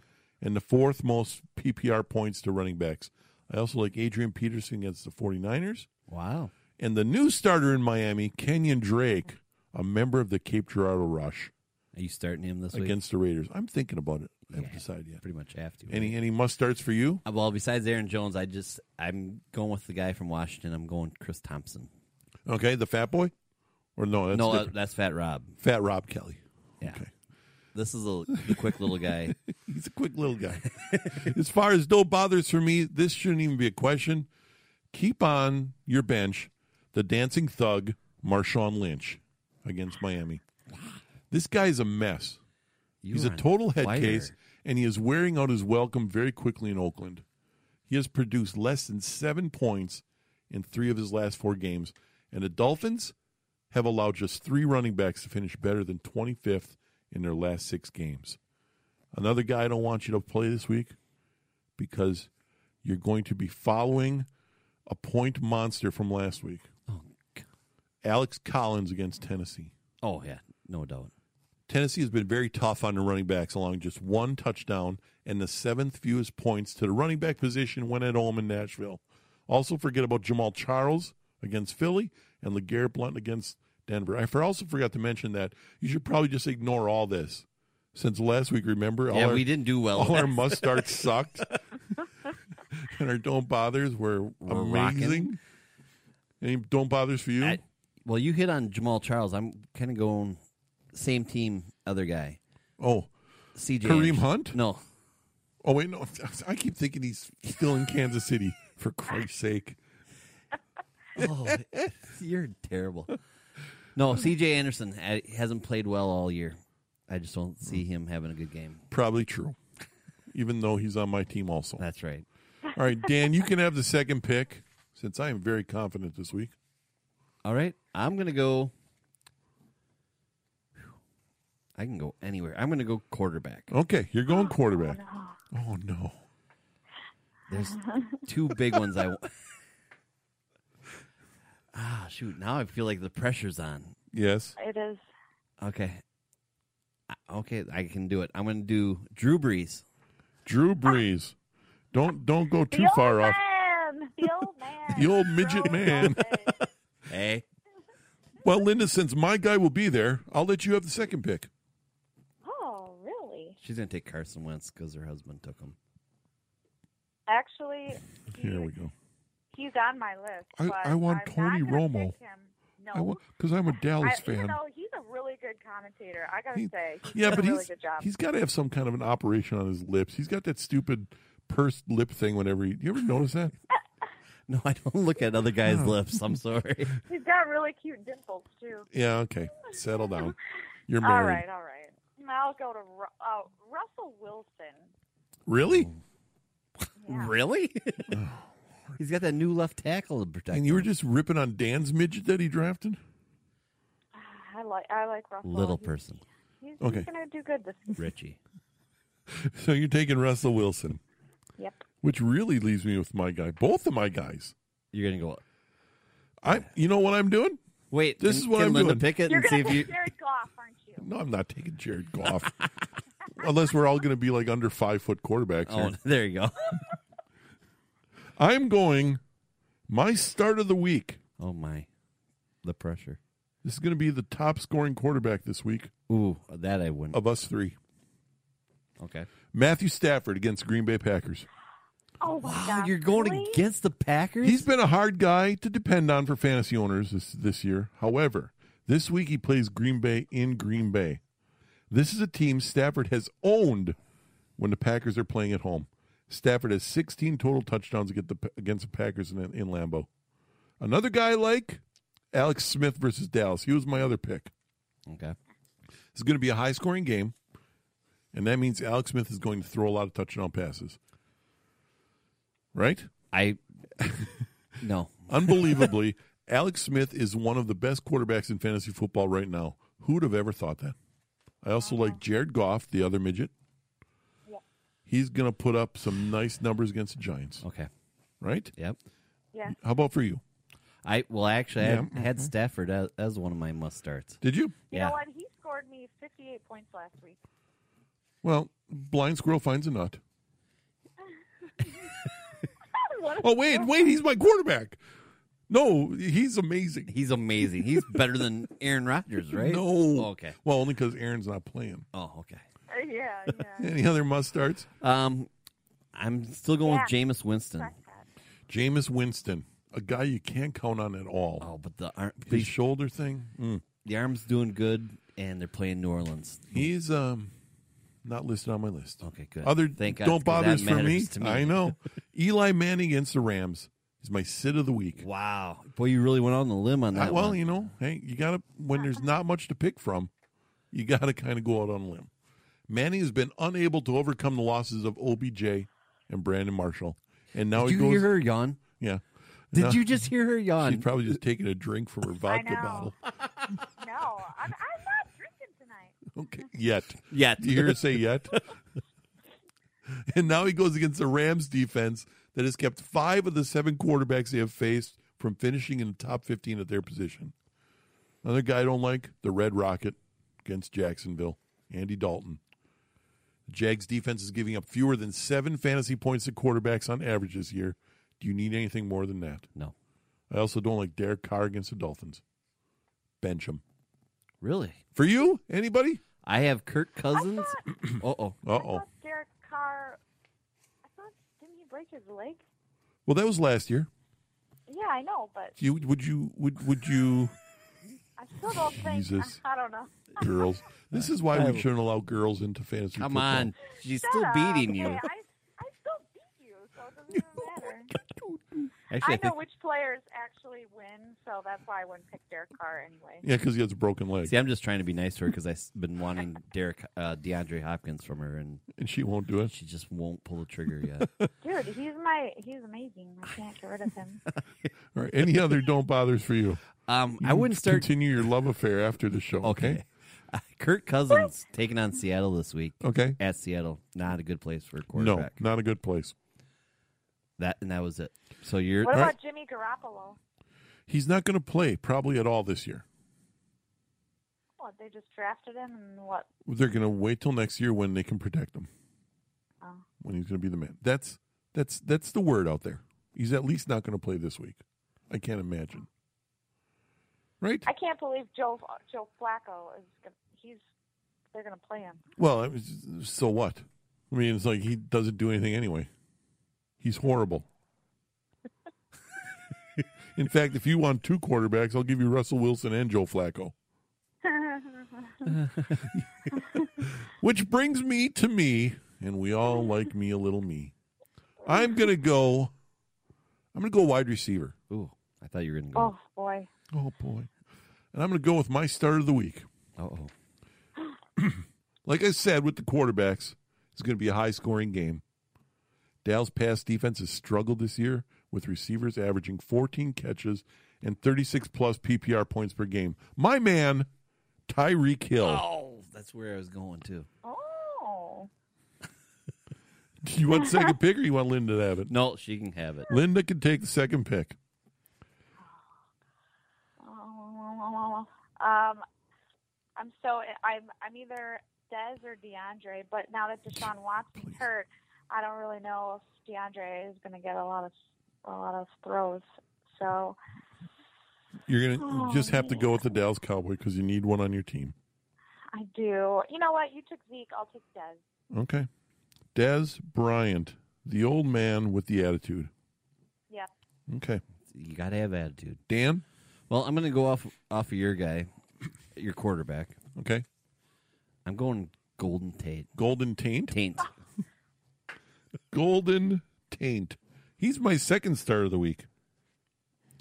and the fourth most PPR points to running backs. I also like Adrian Peterson against the 49ers
Wow.
and the new starter in Miami, Kenyon Drake, a member of the Cape Girardeau Rush
Are you starting him this week?
against the Raiders. I'm thinking about it. I haven't
Yeah.
decided yet.
Pretty much have to.
Any any must starts for you?
Uh, Well, besides Aaron Jones, I just I'm going with the guy from Washington. I'm going Chris Thompson.
Okay, the Fat Boy, or no? That's
no, uh,
different.
that's Fat Rob.
Fat Rob Kelly.
Yeah.
Okay.
This is a, the quick little guy.
He's a quick little guy. as far as no bothers for me, this shouldn't even be a question. Keep on your bench the dancing thug, Marshawn Lynch, against Miami. This guy's a mess.
You
He's a
are on
total head
fire.
case, and he is wearing out his welcome very quickly in Oakland. He has produced less than seven points in three of his last four games, and the Dolphins have allowed just three running backs to finish better than 25th in their last six games. Another guy I don't want you to play this week because you're going to be following a point monster from last week
Oh, g-
Alex Collins against Tennessee.
oh yeah, no doubt.
Tennessee has been very tough on the running backs, allowing just one touchdown and the seventh fewest points to the running back position when at home in Nashville. Also, forget about Jamal Charles against Philly and LeGarrette Blunt against Denver. I for- also forgot to mention that you should probably just ignore all this since last week. Remember, all
yeah,
our,
we didn't do well.
all our must starts sucked, and our don't bothers were
We're rocking.
amazing. Any don't bothers for you?
I- well, you hit on Jamal Charles. I'm kind of going same team, other guy.
oh,
CJ
Kareem
Ang-
Hunt?
No,
Oh wait, no, I keep thinking he's still in Kansas City. For Christ's sake.
Oh, you're terrible. No, CJ Anderson ha- hasn't played well all year. I just don't see him having a good game.
Probably true. Even though he's on my team also.
That's right.
All right, Dan, you can have the second pick since I am very confident this week.
All right. I'm going to go. I can go anywhere. I'm going to go quarterback.
Okay, you're going quarterback. Oh no.
There's two big ones I want. Ah, shoot. Now I feel like the pressure's on.
Yes.
It is.
Okay. I- Okay, I can do it. I'm going to do Drew Brees.
Drew Brees. Don't don't go
The
too
old
far off.
Man, the old man.
The old midget man.
Hey.
Well, Linda, since my guy will be there, I'll let you have the second pick.
oh, really?
She's going to take Carson Wentz because her husband took him.
Actually, he,
Here we go.
he's on my list.
I-
but
I want
I'm not
Tony
gonna
Romo.
pick him. No.
Because I'm a Dallas
I, even
fan.
though he's a really good commentator, I gotta
He-
say, he's
Yeah,
done
but
a really
he's
good job.
he's got to have some kind of an operation on his lips. He's got that stupid pursed lip thing whenever he. You ever notice that?
No, I don't look at other guys'
Oh.
lips. I'm sorry.
he's got really cute dimples too.
Yeah. Okay. Settle down. You're
All
married.
right, all right. I'll go to Ru- uh, Russell Wilson.
Really?
Yeah.
Really? He's got that new left tackle to protect.
Oh, And you were just ripping on Dan's midget that he drafted?
Ah, I like I like Russell.
little
He's-
person,
He's,
Okay.
he's gonna do good this.
Richie.
So you're taking Russell Wilson,
Yep.
which really leaves me with my guy. Both of my guys.
You're gonna go.
I. You know what I'm doing?
Wait,
This
can-
is what
can
I'm
Linda
doing.
Pick it
You're
and see
gonna
if
pick
you.
Jared Goff, aren't you?
No, I'm not taking Jared Goff. Unless we're all going to be like under five foot quarterbacks.
Oh,
Here.
there you go.
I'm going. My start of the week.
Oh my, the pressure.
This is going to be the top scoring quarterback this week
Ooh, that I wouldn't.
of us three. Oh.
Okay.
Matthew Stafford against Green Bay Packers.
Oh my
Wow,
God,
you're going
really?
against the Packers.
He's been a hard guy to depend on for fantasy owners this, this year. However, this week he plays Green Bay in Green Bay. This is a team Stafford has owned when the Packers are playing at home. Stafford has 16 total touchdowns against the, against the Packers in, in Lambeau. Another guy I like Alex Smith versus Dallas. He was my other pick.
okay.
It's going to be a high scoring game, and that means Alex Smith is going to throw a lot of touchdown passes. Right?
I. no.
Unbelievably, Alex Smith is one of the best quarterbacks in fantasy football right now. Who'd have ever thought that? I also like Jared Goff, the other midget.
Yeah.
He's going to put up some nice numbers against the Giants,
Okay.
right?
Yep.
Yeah.
How about for you?
I well, actually,
Yeah,
I had Stafford as, as one of my must starts.
Did you?
You
Yeah.
know what? He scored me 58 points last week.
Well, blind squirrel finds a nut.
What a-
Oh, wait, wait, he's my quarterback. No, he's amazing.
He's amazing. He's better than Aaron Rodgers, right? Oh,
No.
Okay.
Well, only because Aaron's not playing.
Oh, okay.
Uh, yeah, yeah.
Any other must starts?
Um, I'm still going with
Yeah.
Jameis Winston.
Jameis Winston, a guy you can't count on at all.
Oh, but the arm,
His
the,
shoulder thing, mm.
the arm's doing good, and they're playing New Orleans.
he's um, not listed on my list.
Okay, good.
Other
Oh, Thank God,
don't
'cause
bother
that
us for me.
matters to me.
I know. Eli Manning against the Rams is my sit of the week.
Wow, boy, you really went on the limb on
I-
that.
well,
one.
you know, hey, you gotta when there's not much to pick from, you gotta kind of go out on a limb. Manning has been unable to overcome the losses of OBJ and Brandon Marshall, and now
did
he
you
goes.
hear her yawn?
Yeah,
Did
No.
you just hear her
She's
yawn?
probably just taking a drink from her vodka
know.
bottle.
No, I'm, I'm not drinking tonight.
Okay. Yet.
Yet.
Do you hear her say yet? and now he goes against the Rams defense that has kept five of the seven quarterbacks they have faced from finishing in the top 15 at their position. Another guy I don't like, the Red Rocket against Jacksonville, Andy Dalton. The Jags defense is giving up fewer than seven fantasy points to quarterbacks on average this year. Do you need anything more than that?
no,
I also don't like Derek Carr against the Dolphins. Bench him.
really.
For you, anybody?
I have Kirk Cousins. oh, oh,
Uh
I
oh.
thought Derek Carr. I thought didn't he break his leg?
Well, that was last year.
Yeah, I know, but
You would you would would you
I still don't think.
Jesus.
I, don't know.
girls? This is why we shouldn't allow girls into fantasy.
come
football.
on, she's
Shut
still
up.
beating you.
Hey, I, I still beat you, so it doesn't even matter.
Actually, I,
I know
think.
which players actually win, so that's why I wouldn't pick Derek Carr anyway.
Yeah, because he has a broken leg,
See, I'm just trying to be nice to her because I've been wanting Derek uh, DeAndre Hopkins from her, and
and she won't do it.
she just won't pull the trigger yet.
Dude, he's my he's amazing. I can't get rid of him.
All right. Any other don't bothers for you?
Um,
You
I wouldn't
can
start.
Continue your love affair after the show.
Okay. Uh, Kirk Cousins taking on Seattle this week.
Okay.
At Seattle, not a good place for a
No,
quarterback.
not a good place.
That and that was it. So you're
What
Alright.
about Jimmy Garoppolo?
He's not going to play probably at all this year.
What they just drafted him and what?
They're going to wait till next year when they can protect him.
Oh.
When he's going to be the man. That's that's that's the word out there. He's at least not going to play this week. I can't imagine. Right?
I can't believe Joe Joe Flacco is gonna, he's they're going to play him.
Well, it was- so what? I mean, it's like he doesn't do anything anyway. He's horrible. In fact, if you want two quarterbacks, I'll give you Russell Wilson and Joe Flacco. Which brings me to me, and we all like me a little me. I'm gonna go. I'm gonna go wide receiver.
Ooh, I thought you were going to
Oh
go.
boy,
Oh boy! And I'm gonna go with my start of the week.
Oh, oh.
Like I said, with the quarterbacks, it's going to be a high scoring game. Dallas' pass defense has struggled this year, with receivers averaging 14 catches and 36 plus PPR points per game. My man, Tyreek Hill.
oh, that's where I was going too.
oh
Do you want second pick or you want Linda to have it?
No, she can have it.
Linda can take the second pick.
Um, I'm so I'm I'm either Dez or DeAndre, but now that Deshaun Watson's
Please.
hurt, I don't really know if DeAndre is going to get a lot of a lot of throws. So
You're gonna
Oh,
just have to
man.
go with the Dallas Cowboy because you need one on your team.
I do. You know what? You took Zeke. I'll take Dez.
Okay. Dez Bryant, the old man with the attitude.
Yep.
Okay.
You got to have attitude.
Dan.
Well, I'm going to go off off of your guy, your quarterback.
Okay.
I'm going Golden Tate.
Golden Taint.
Taint.
Golden Taint. He's my second star of the week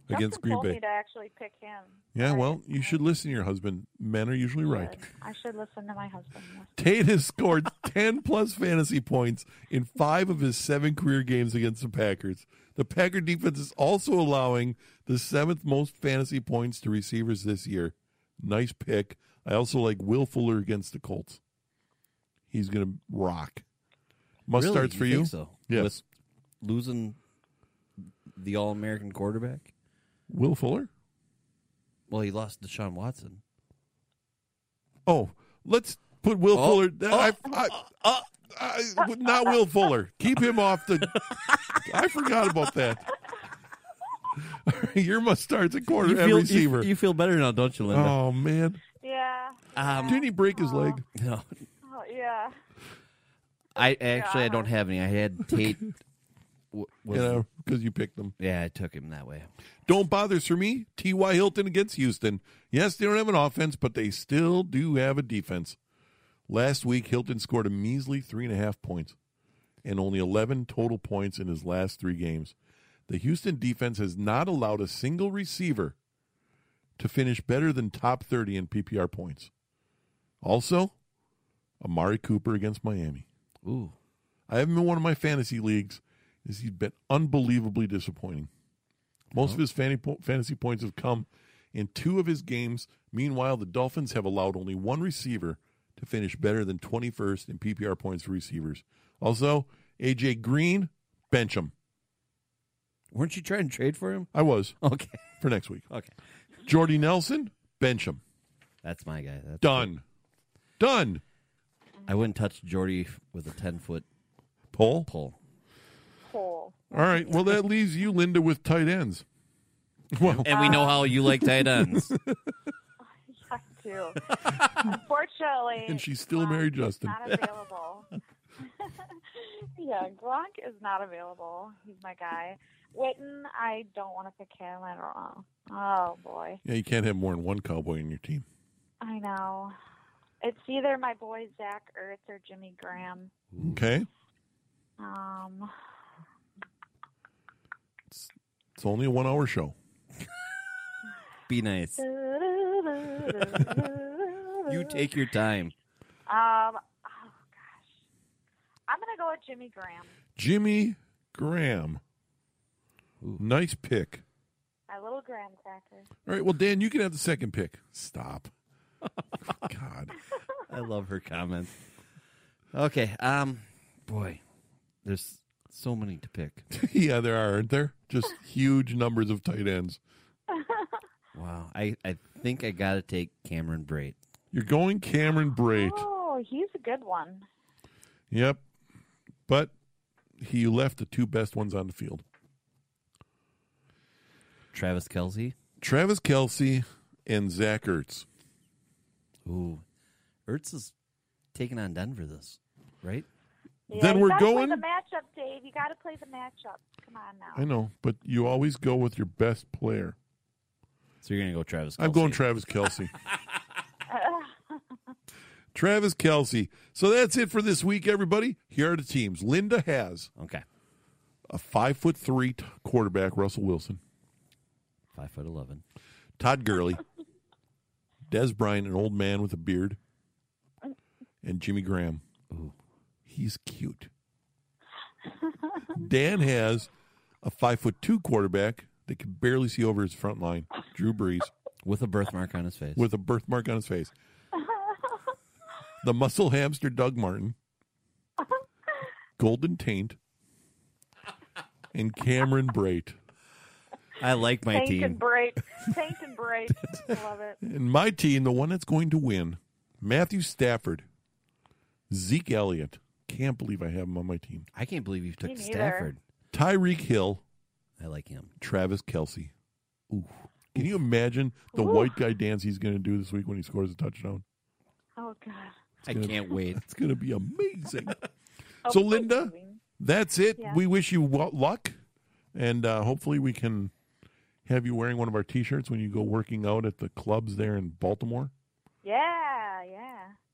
against
Justin
Green
told
Bay.
me to actually pick him.
Yeah,
I-
well, you should listen to your husband. Men are usually right.
I should listen to my husband. yes.
Tate has scored 10 plus fantasy points in five of his seven career games against the Packers. The Packer defense is also allowing the seventh most fantasy points to receivers this year. Nice pick. I also like Will Fuller against the Colts. He's going to rock. Must
Really?
starts for
you.
you.
think So
Yes.
With losing the All American quarterback.
Will Fuller?
Well, he lost Deshaun Watson.
Oh, let's put Will
Oh. uh,
Fuller. I, I, I- not Will Fuller. Keep him off the. I forgot about that. Your must starts at quarter and receiver.
You, feel better now, don't you, Linda?
oh man!
Yeah.
Um,
Didn't he break his leg?
No,
Oh, yeah.
I actually I don't have any. I had Tate. w-
You
was-
know, because you picked them.
yeah, I took him that way.
Don't bother for me. T.Y. Hilton against Houston. Yes, they don't have an offense, but they still do have a defense. Last week, Hilton scored a measly three and a half points and only 11 total points in his last three games. The Houston defense has not allowed a single receiver to finish better than top 30 in PPR points. Also, Amari Cooper against Miami.
Ooh,
I have him in one of my fantasy leagues. Is he's been unbelievably disappointing. Most of his fanny po- fantasy points have come in two of his games. Meanwhile, the Dolphins have allowed only one receiver to finish better than 21st in PPR points for receivers. Also, AJ Green, bench him.
weren't you trying to trade for him?
I was
Okay,
for next week.
okay,
Jordy Nelson, bench him.
that's my guy. That's
Done. Done.
I wouldn't touch Jordy with a ten foot
Paul.
pole.
Cool.
All right. Well, that leaves you, Linda, with tight ends. Well,
And we know how you like tight ends.
I do. Unfortunately.
and she's still
Gronk
married
is
Justin.
Not available. yeah, Gronk is not available. He's my guy. Witten, I don't want to pick him. I don't know. Oh boy,
Yeah, you can't have more than one cowboy in your team.
I know. It's either my boy Zach Ertz or Jimmy Graham.
Okay.
Um,
It's only a one hour show.
Be nice. You take your time.
Um, oh gosh, I'm gonna go with Jimmy Graham.
Jimmy Graham.
Ooh.
Nice pick.
My little graham cracker.
All right. Well, Dan, you can have the second pick. Stop. God.
I love her comments. Okay. Um, boy, there's so many to pick.
yeah, there are, aren't there? Just huge numbers of tight ends.
Wow. I, I think I got to take Cameron Brait.
You're going Cameron Brait.
Oh, he's a good one.
Yep. But he left the two best ones on the field.
Travis Kelsey.
Travis Kelsey and Zach Ertz.
Ooh. Ertz is taking on Denver this, right?
Yeah,
Then
you
we're
gotta
going-
Play the matchup, Dave. You got to play the matchup. Come on
I
now.
know, but you always go with your best player.
So you're going to go Travis Kelsey.
I'm going Travis Kelsey. Travis Kelsey. So that's it for this week, everybody. Here are the teams. Linda has
Okay.
a five foot three t- quarterback, Russell Wilson,
5 foot 11.
Todd Gurley, Des Bryant, an old man with a beard, and Jimmy Graham. He's cute. Dan has a five foot two quarterback that can barely see over his front line, Drew Brees.
With a birthmark on his face.
with a birthmark on his face. the muscle hamster Doug Martin, Golden Taint, and Cameron Brait.
I like my
Tank and
team.
break. Tank and break. Love it.
And my team, the one that's going to win, Matthew Stafford, Zeke Elliott. Can't believe I have him on my team.
I can't believe you took
neither.
Stafford.
Tyreek Hill,
I like him.
Travis Kelsey. Ooh. Can you imagine the
Ooh.
white guy dance he's going to do this week when he scores a touchdown?
Oh god.
I
good.
can't wait.
It's going to be amazing.
Oh,
So,
please,
Linda?
Dean.
That's it.
Yeah.
We wish you w- luck, and uh, hopefully we can have you wearing one of our T-shirts when you go working out at the clubs there in Baltimore.
Yeah, yeah.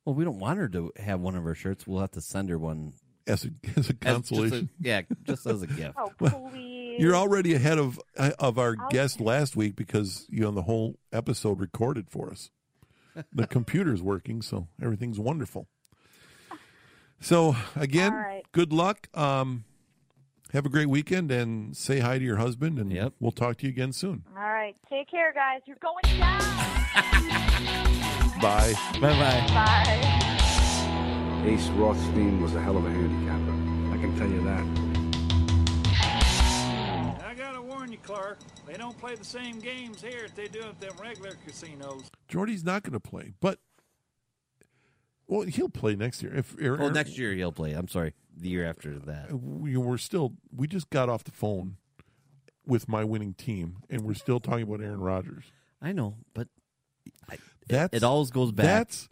Well, we don't want her to have one of her shirts. We'll have to send her one.
As a, as a
as- just a-
consolation,
yeah, just as a gift.
Oh please.
you're already ahead of uh, of our
Okay.
guest last week because you know the whole episode recorded for us. The computer's working, so everything's wonderful. So again,
All right.
good luck. Um, have a great weekend, and say hi to your husband, and
Yep.
we'll talk to you again soon.
All right. Take care, guys. You're going down.
Bye.
Bye bye.
Bye.
Ace Rothstein was a hell of a handicapper. I can tell you that.
I gotta warn you, Clark, they don't play the same games here that they do at them regular casinos.
Jordy's not going to play, but well, he'll play next year. If er,
Well, next year he'll play. I'm sorry, the year after that.
we we're still we just got off the phone with my winning team, and we're still talking about Aaron Rodgers.
I know, but
That's
it always goes back.
That's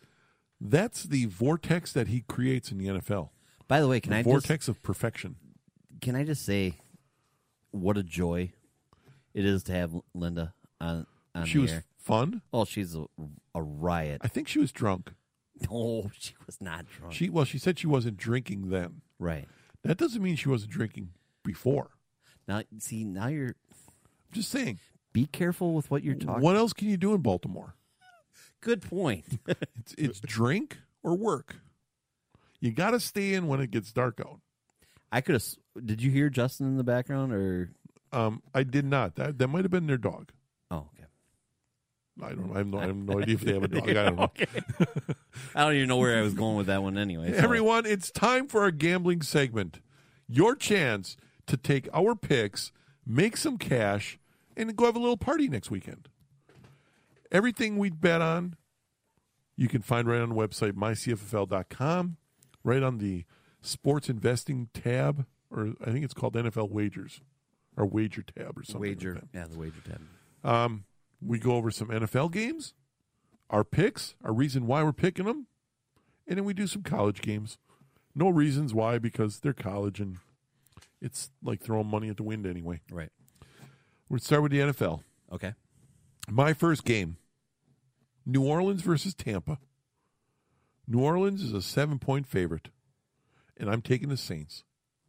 that's the vortex that he creates in the NFL.
By the way, can
The
I
vortex of perfection.
just can I just say what a joy it is to have Linda on on
She
the
was
air.
fun.
Oh, she's a, a riot.
I think she was drunk.
No, she was not drunk.
She well, she said she wasn't drinking then.
right
That doesn't mean she wasn't drinking before.
now, see now you're
I'm just saying.
be careful with what you're talking.
What else can you do in Baltimore?
Good point.
It's, it's drink or work. You got to stay in when it gets dark out.
I could have. Did you hear Justin in the background or?
Um, I did not. That that might have been their dog.
Oh, okay.
I don't. I have no, I have no idea if they have a dog. I don't know.
I don't even know where I was going with that one anyway. so-
Everyone, it's time for our gambling segment. Your chance to take our picks, make some cash, and go have a little party next weekend. Everything we bet on, you can find right on the website, mycffl.com, right on the sports investing tab, or I think it's called NFL Wagers or Wager tab or something. like
wager.
that.
Yeah, the wager tab.
Um, we go over some NFL games, our picks, our reason why we're picking them, and then we do some college games. No reasons why because they're college and it's like throwing money at the wind anyway.
Right.
We'll start with the NFL.
Okay.
My first game New Orleans versus Tampa. New Orleans is a seven point favorite, and I'm taking the Saints.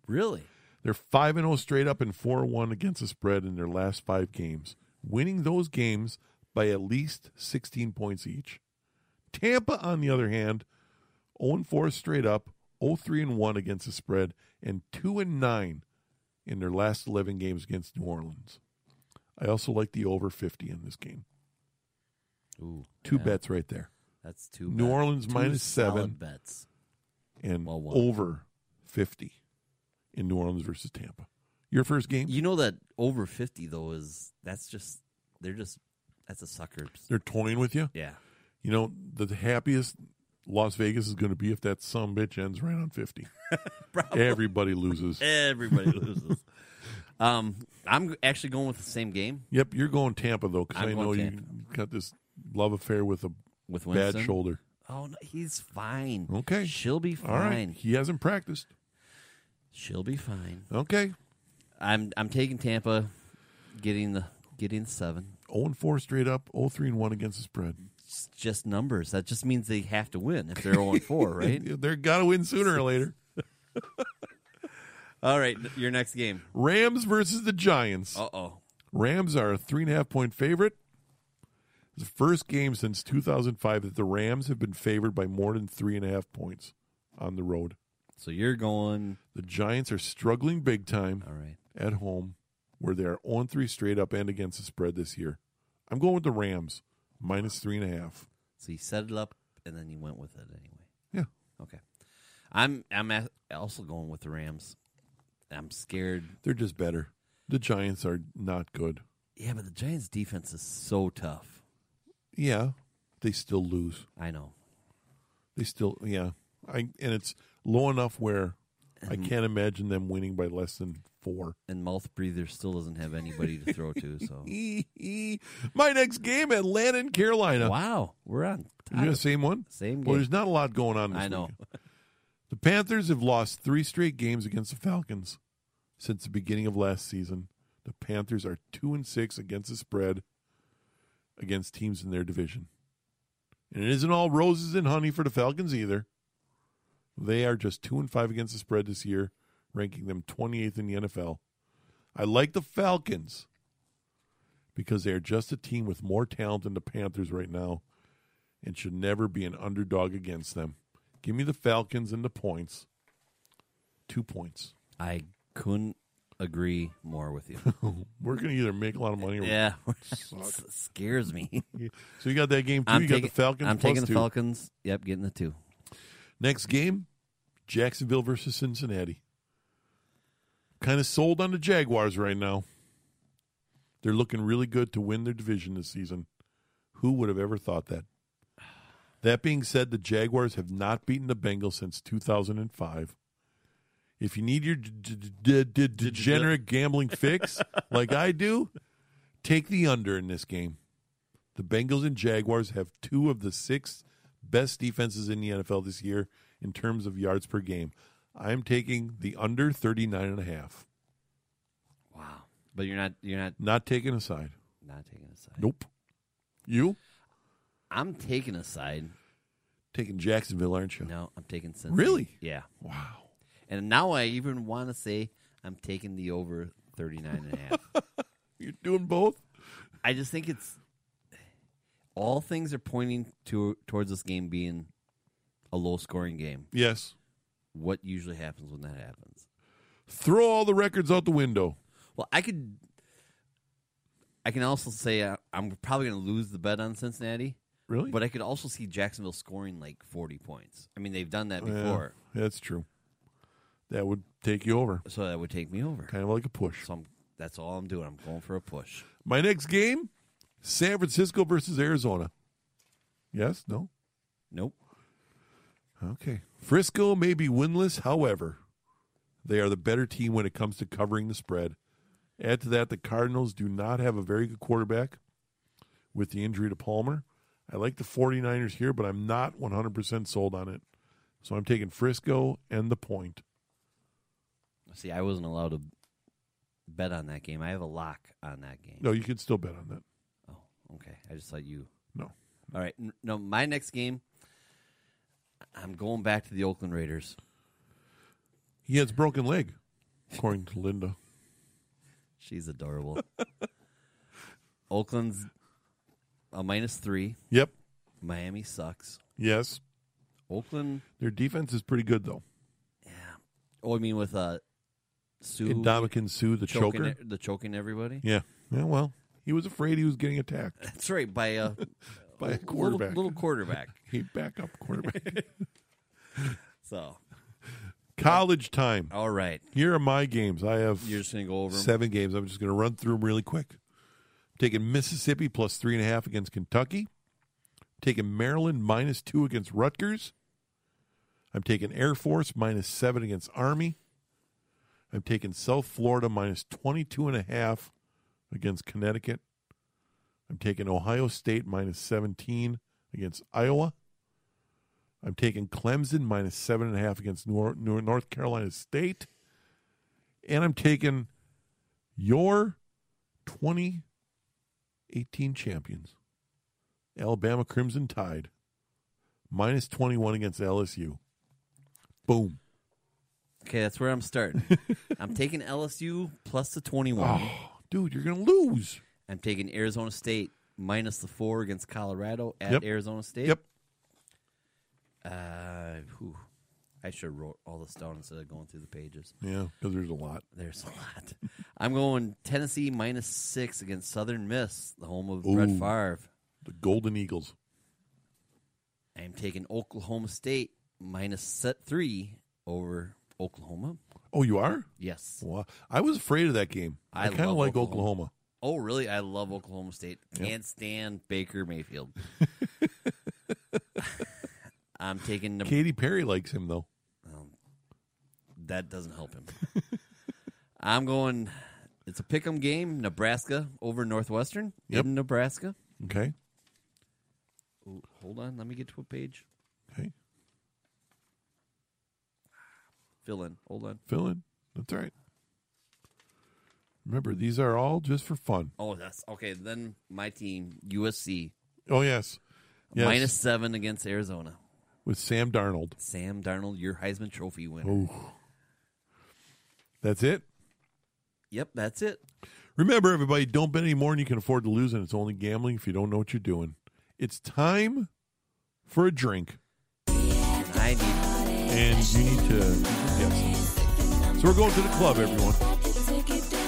Really?
They're 5 and 0 straight up and 4 1 against the spread in their last five games, winning those games by at least 16 points each. Tampa, on the other hand, 0 4 straight up, 0 3 1 against the spread, and 2 9 in their last 11 games against New Orleans. I also like the over 50 in this game.
Ooh,
Two
yeah,
bets right there.
That's two.
New
bet-
Orleans
two
minus
solid
seven.
bets.
and
Well, one.
over 50 in New Orleans versus Tampa. Your first game,
You know that over fifty though is that's just they're just that's a sucker.
they're toying with you.
Yeah,
You know, the happiest Las Vegas is going to be if that some bitch ends right on 50. Everybody loses.
everybody loses. Um, I'm actually going with the same game
Yep, you're going Tampa, though, because
I'm
I
going
know you
Tampa.
got this love affair with a
with Winston.
bad shoulder.
Oh, no, he's fine.
Okay.
she'll be fine.
All right. He hasn't practiced.
She'll be fine.
Okay.
I'm I'm taking Tampa, getting the getting the seven.
0 and 4 straight up, 0 3 and 1 against the spread.
It's just numbers. That just means they have to win if they're 0 and 4, right?
They're got to win sooner or later.
All right, th- your next game.
Rams versus the Giants.
Uh oh.
Rams are a three and a half point favorite. It's the first game since 2005 that the Rams have been favored by more than three and a half points on the road.
So you're going.
The Giants are struggling big time
All right.
at home, where they are on three straight up and against the spread this year. I'm going with the Rams minus three and a half.
So you set it up and then you went with it anyway.
Yeah,
Okay. I'm I'm a- also going with the Rams. I'm scared.
they're just better. The Giants are not good.
Yeah, but the Giants defense is so tough.
Yeah, they still lose.
I know.
They still yeah. I and it's low enough where I
Mm-hmm.
can't imagine them winning by less than four.
And mouth breather still doesn't have anybody to throw to, so
My next game, Atlanta and Carolina.
Wow, we're on.
Is it the same one?
Same
Well,
game.
there's not a lot going on this
I know.
weekend. The Panthers have lost three straight games against the Falcons since the beginning of last season. The Panthers are two and six against the spread against teams in their division. And it isn't all roses and honey for the Falcons either. They are just two and five against the spread this year, ranking them 28th in the NFL. I like the Falcons because they are just a team with more talent than the Panthers right now and should never be an underdog against them. Give me the Falcons and the points. Two points.
I couldn't agree more with you.
We're going to either make a lot of money or
yeah, scares me.
So you got that game too. you got the Falcons
I'm
plus
taking the
two.
Falcons. Yep, getting the two.
Next game, Jacksonville versus Cincinnati. Kind of sold on the Jaguars right now. They're looking really good to win their division this season. Who would have ever thought that? That being said, the Jaguars have not beaten the Bengals since 2005. If you need your d- d- d- d- degenerate gambling fix, like I do, take the under in this game. The Bengals and Jaguars have two of the six best defenses in the NFL this year in terms of yards per game. I'm taking the under 39 and a half.
Wow, but you're not. You're not.
Not taking a side.
Not taking a side.
Nope. You?
I'm taking a side.
Taking Jacksonville, aren't you?
No, I'm taking Cincy.
Really?
Yeah.
Wow.
And now I even want to say I'm taking the over 39 and a half.
You're doing both?
I just think it's all things are pointing to towards this game being a low scoring game.
Yes.
What usually happens when that happens?
Throw all the records out the window.
Well, I could. I can also say uh, I'm probably going to lose the bet on Cincinnati,
Really?
but I could also see Jacksonville scoring like 40 points. I mean, they've done that
Oh, Yeah,
before,
that's true. That would take you over.
so that would take me over.
Kind of like a push.
So I'm, that's all I'm doing. I'm going for a push.
My next game San Francisco versus Arizona. Yes? No?
Nope.
Okay. Frisco may be winless, however, they are the better team when it comes to covering the spread. Add to that, the Cardinals do not have a very good quarterback with the injury to Palmer. I like the 49ers here, but I'm not 100% sold on it. So I'm taking Frisco and the point.
See, I wasn't allowed to bet on that game. I have a lock on that game.
No, you can still bet on that.
Oh, okay. I just thought you.
No.
All right. N- No, my next game, I'm going back to the Oakland Raiders.
He has broken leg. according to Linda.
She's adorable. Oakland's a minus three.
Yep.
Miami sucks.
Yes.
Oakland,
Their defense is pretty good though.
yeah. Oh, I mean with uh, Sue
Indomitian Sue, the
choking
choker.
e- the choking everybody.
Yeah. Yeah. Well, he was afraid he was getting attacked
That's right by a
by a
little-
quarterback.
little quarterback.
He backup quarterback.
So
College time.
all right,
Here are my games. I have
you're just gonna go over 'em?
seven games. I'm just going to run through them really quick. Taking Mississippi plus three and a half against Kentucky. Taking Maryland minus two against Rutgers. I'm taking Air Force minus seven against Army. I'm taking South Florida minus 22 and a half against Connecticut. I'm taking Ohio State minus 17 against Iowa. I'm taking Clemson minus seven and a half against Nor- Nor- North Carolina State. And I'm taking your 2018 champions, Alabama Crimson Tide, minus 21 against LSU. Boom.
Okay, that's where I'm starting. I'm taking LSU plus the 21.
Oh, dude, you're going to lose.
I'm taking Arizona State minus the four against Colorado at
Yep.
Arizona State.
Yep.
Uh, whew. I should have wrote all this down instead of going through the pages.
Yeah, because there's a lot.
There's a lot. I'm going Tennessee minus six against Southern Miss, the home of Brett
Ooh.
Favre.
The Golden Eagles.
I'm taking Oklahoma State minus set three over Oklahoma.
Oh, you are?
Yes.
Wow. I was afraid of that game. I,
I
kind of
love
like Oklahoma.
Oklahoma. Oh, really? I love Oklahoma State. Can't stand Baker Mayfield. I'm taking Neb-
Katy Perry likes him, though.
Um, that doesn't help him. I'm going. It's a pick'em game. Nebraska over Northwestern
Yep.
in Nebraska.
Okay.
Ooh, hold on, let me get to a page.
Okay.
Fill in. Hold on.
Fill in. That's all right. Remember, these are all just for fun.
Oh, that's okay. Then my team USC
Oh, yes. yes.
minus seven against Arizona.
with Sam Darnold.
Sam Darnold, your Heisman Trophy winner.
Oh. That's it.
Yep, that's it.
Remember, everybody, don't bet any more than you can afford to lose, and it's only gambling if you don't know what you're doing. It's time for a drink,
And I need
and you need to guess. So we're going to the club, everyone.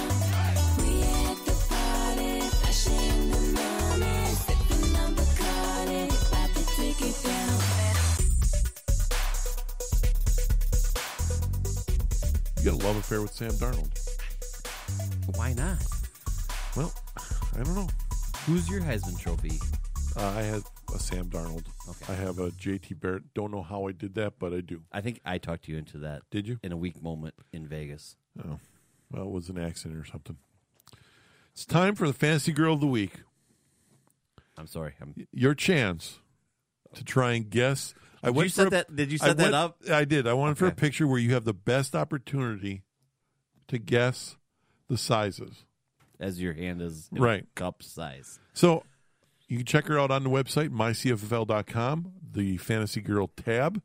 You got a love affair with Sam Darnold.
why not?
Well, I don't know.
Who's your Heisman Trophy?
Uh, I have a Sam Darnold.
Okay.
I have a JT Barrett. Don't know how I did that, but I do.
I think I talked you into that
Did you?
in a weak moment in Vegas.
Oh, well, it was an accident or something. It's time for the fantasy girl of the week.
I'm sorry. I'm
Your chance to try and guess. I
Did you set that? Did you
I
set that
went-
up?
I did. I wanted for a
Okay.
picture where you have the best opportunity to guess the sizes.
As your hand is in
Right.
cup size.
So you can check her out on the website, mycffl.com, the fantasy girl tab.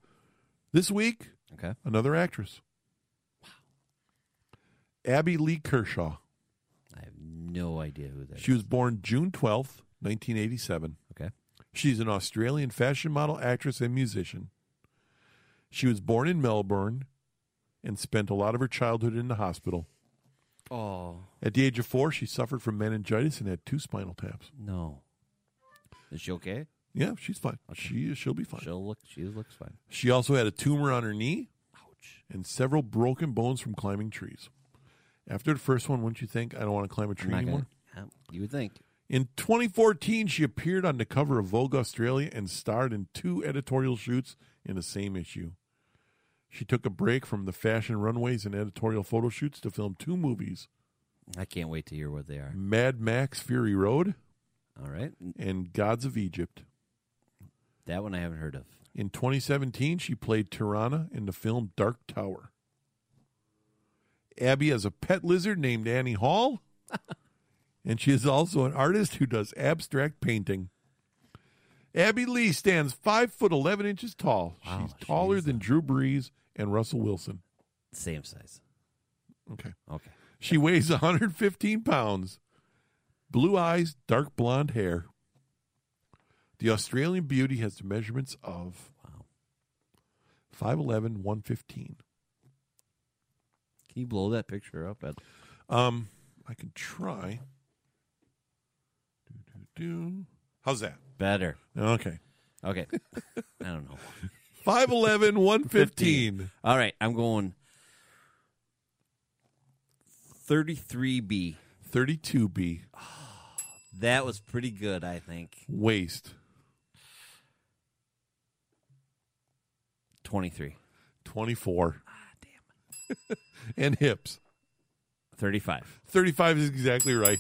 This week,
Okay.
another actress. Wow. Abby Lee Kershaw.
I have no idea who that is.
She was born June 12th, 1987.
Okay.
She's an Australian fashion model, actress, and musician. She was born in Melbourne and spent a lot of her childhood in the hospital.
Oh
At the age of four, she suffered from meningitis and had two spinal taps.
no. Is she okay?
Yeah, she's fine.
Okay.
She she'll be fine.
She'll look. She looks fine.
She also had a tumor on her knee
Ouch.
and several broken bones from climbing trees. After the first one, wouldn't you think I don't want to climb a
I'm
tree
not
anymore?
gonna- Um, you would think.
In 2014, she appeared on the cover of Vogue Australia and starred in two editorial shoots in the same issue. She took a break from the fashion runways and editorial photo shoots to film two movies
I can't wait to hear what they are.
Mad Max Fury Road
All right. N-
and Gods of Egypt.
That one I haven't heard of.
In 2017, she played Tirana in the film Dark Tower. Abby has a pet lizard named Annie Hall, and she is also an artist who does abstract painting. Abby Lee stands five foot eleven inches tall.
Wow,
She's taller
she's
than Drew Brees and Russell Wilson.
Same size.
Okay.
Okay.
She weighs 115 pounds, blue eyes, dark blonde hair. The Australian beauty has the measurements of
Wow.
5'11, 115.
Can you blow that picture up? Ed?
Um, I can try. Do, do, do. How's that?
Better.
Okay.
Okay. I don't know.
5'11, 115.
All right. I'm going 33B.
32B.
That was pretty good, I think.
Waist
23.
24.
Ah,
and hips.
35.
35 is exactly right.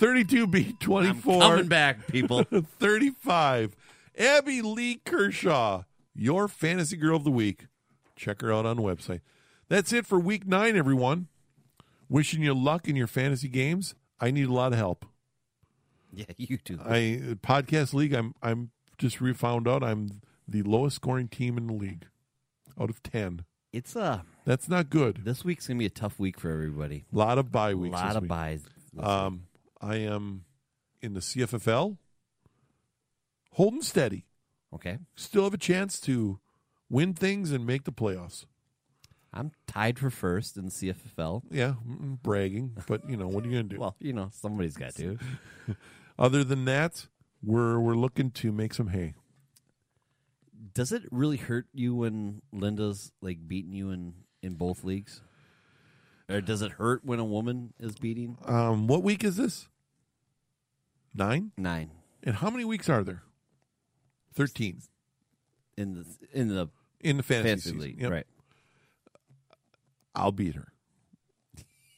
32B,
I'm
24.
coming back, people.
35. Abby Lee Kershaw, your fantasy girl of the week. Check her out on the website. That's it for week nine, everyone. Wishing you luck in your fantasy games. I need a lot of help.
yeah, you do.
I podcast league. I'm I'm just re found out I'm the lowest scoring team in the league, out of ten.
It's uh
That's not good.
this week's gonna be a tough week for everybody.
A lot of bye
A
weeks.
lot
this
of
week.
buys.
Um, I am in the CFFL, holding steady.
okay.
Still have a chance to win things and make the playoffs.
I'm tied for first in the CFFL.
Yeah, mm, bragging, but you know what are you gonna do?
Well, you know, somebody's got to.
Other than that, we're we're looking to make some hay.
Does it really hurt you when Linda's like beating you in in both leagues? Or does it hurt when a woman is beating?
Um, what week is this? Nine.
Nine.
And how many weeks are there? Thirteen
In the in the
in the fantasy,
fantasy
season.
league.
Yep.
Right.
I'll beat her.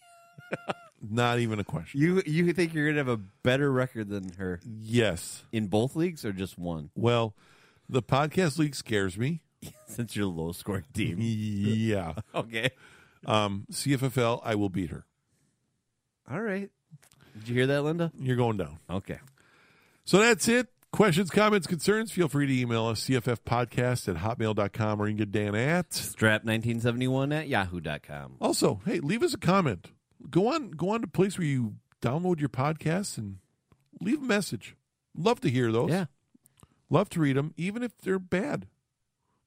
Not even a question.
You you think you're gonna have a better record than her
Yes.
in both leagues or just one?
Well, the podcast league scares me.
Since you're a low scoring team.
Yeah.
okay.
Um, CFFL, I will beat her.
All right. Did you hear that, Linda?
You're going down.
Okay.
So that's it. Questions, comments, concerns, feel free to email us, cffpodcast at hotmail.com or you can get Dan at.
Strap1971 at yahoo.com.
Also, hey, leave us a comment. Go on go on to place where you download your podcasts and leave a message. Love to hear those.
Yeah.
Love to read them, even if they're bad.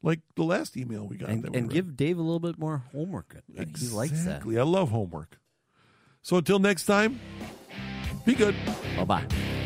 Like the last email we got.
And,
that we
and
read.
give Dave a little bit more homework.
exactly.
He likes that.
I love homework. So until next time, be good.
Bye bye.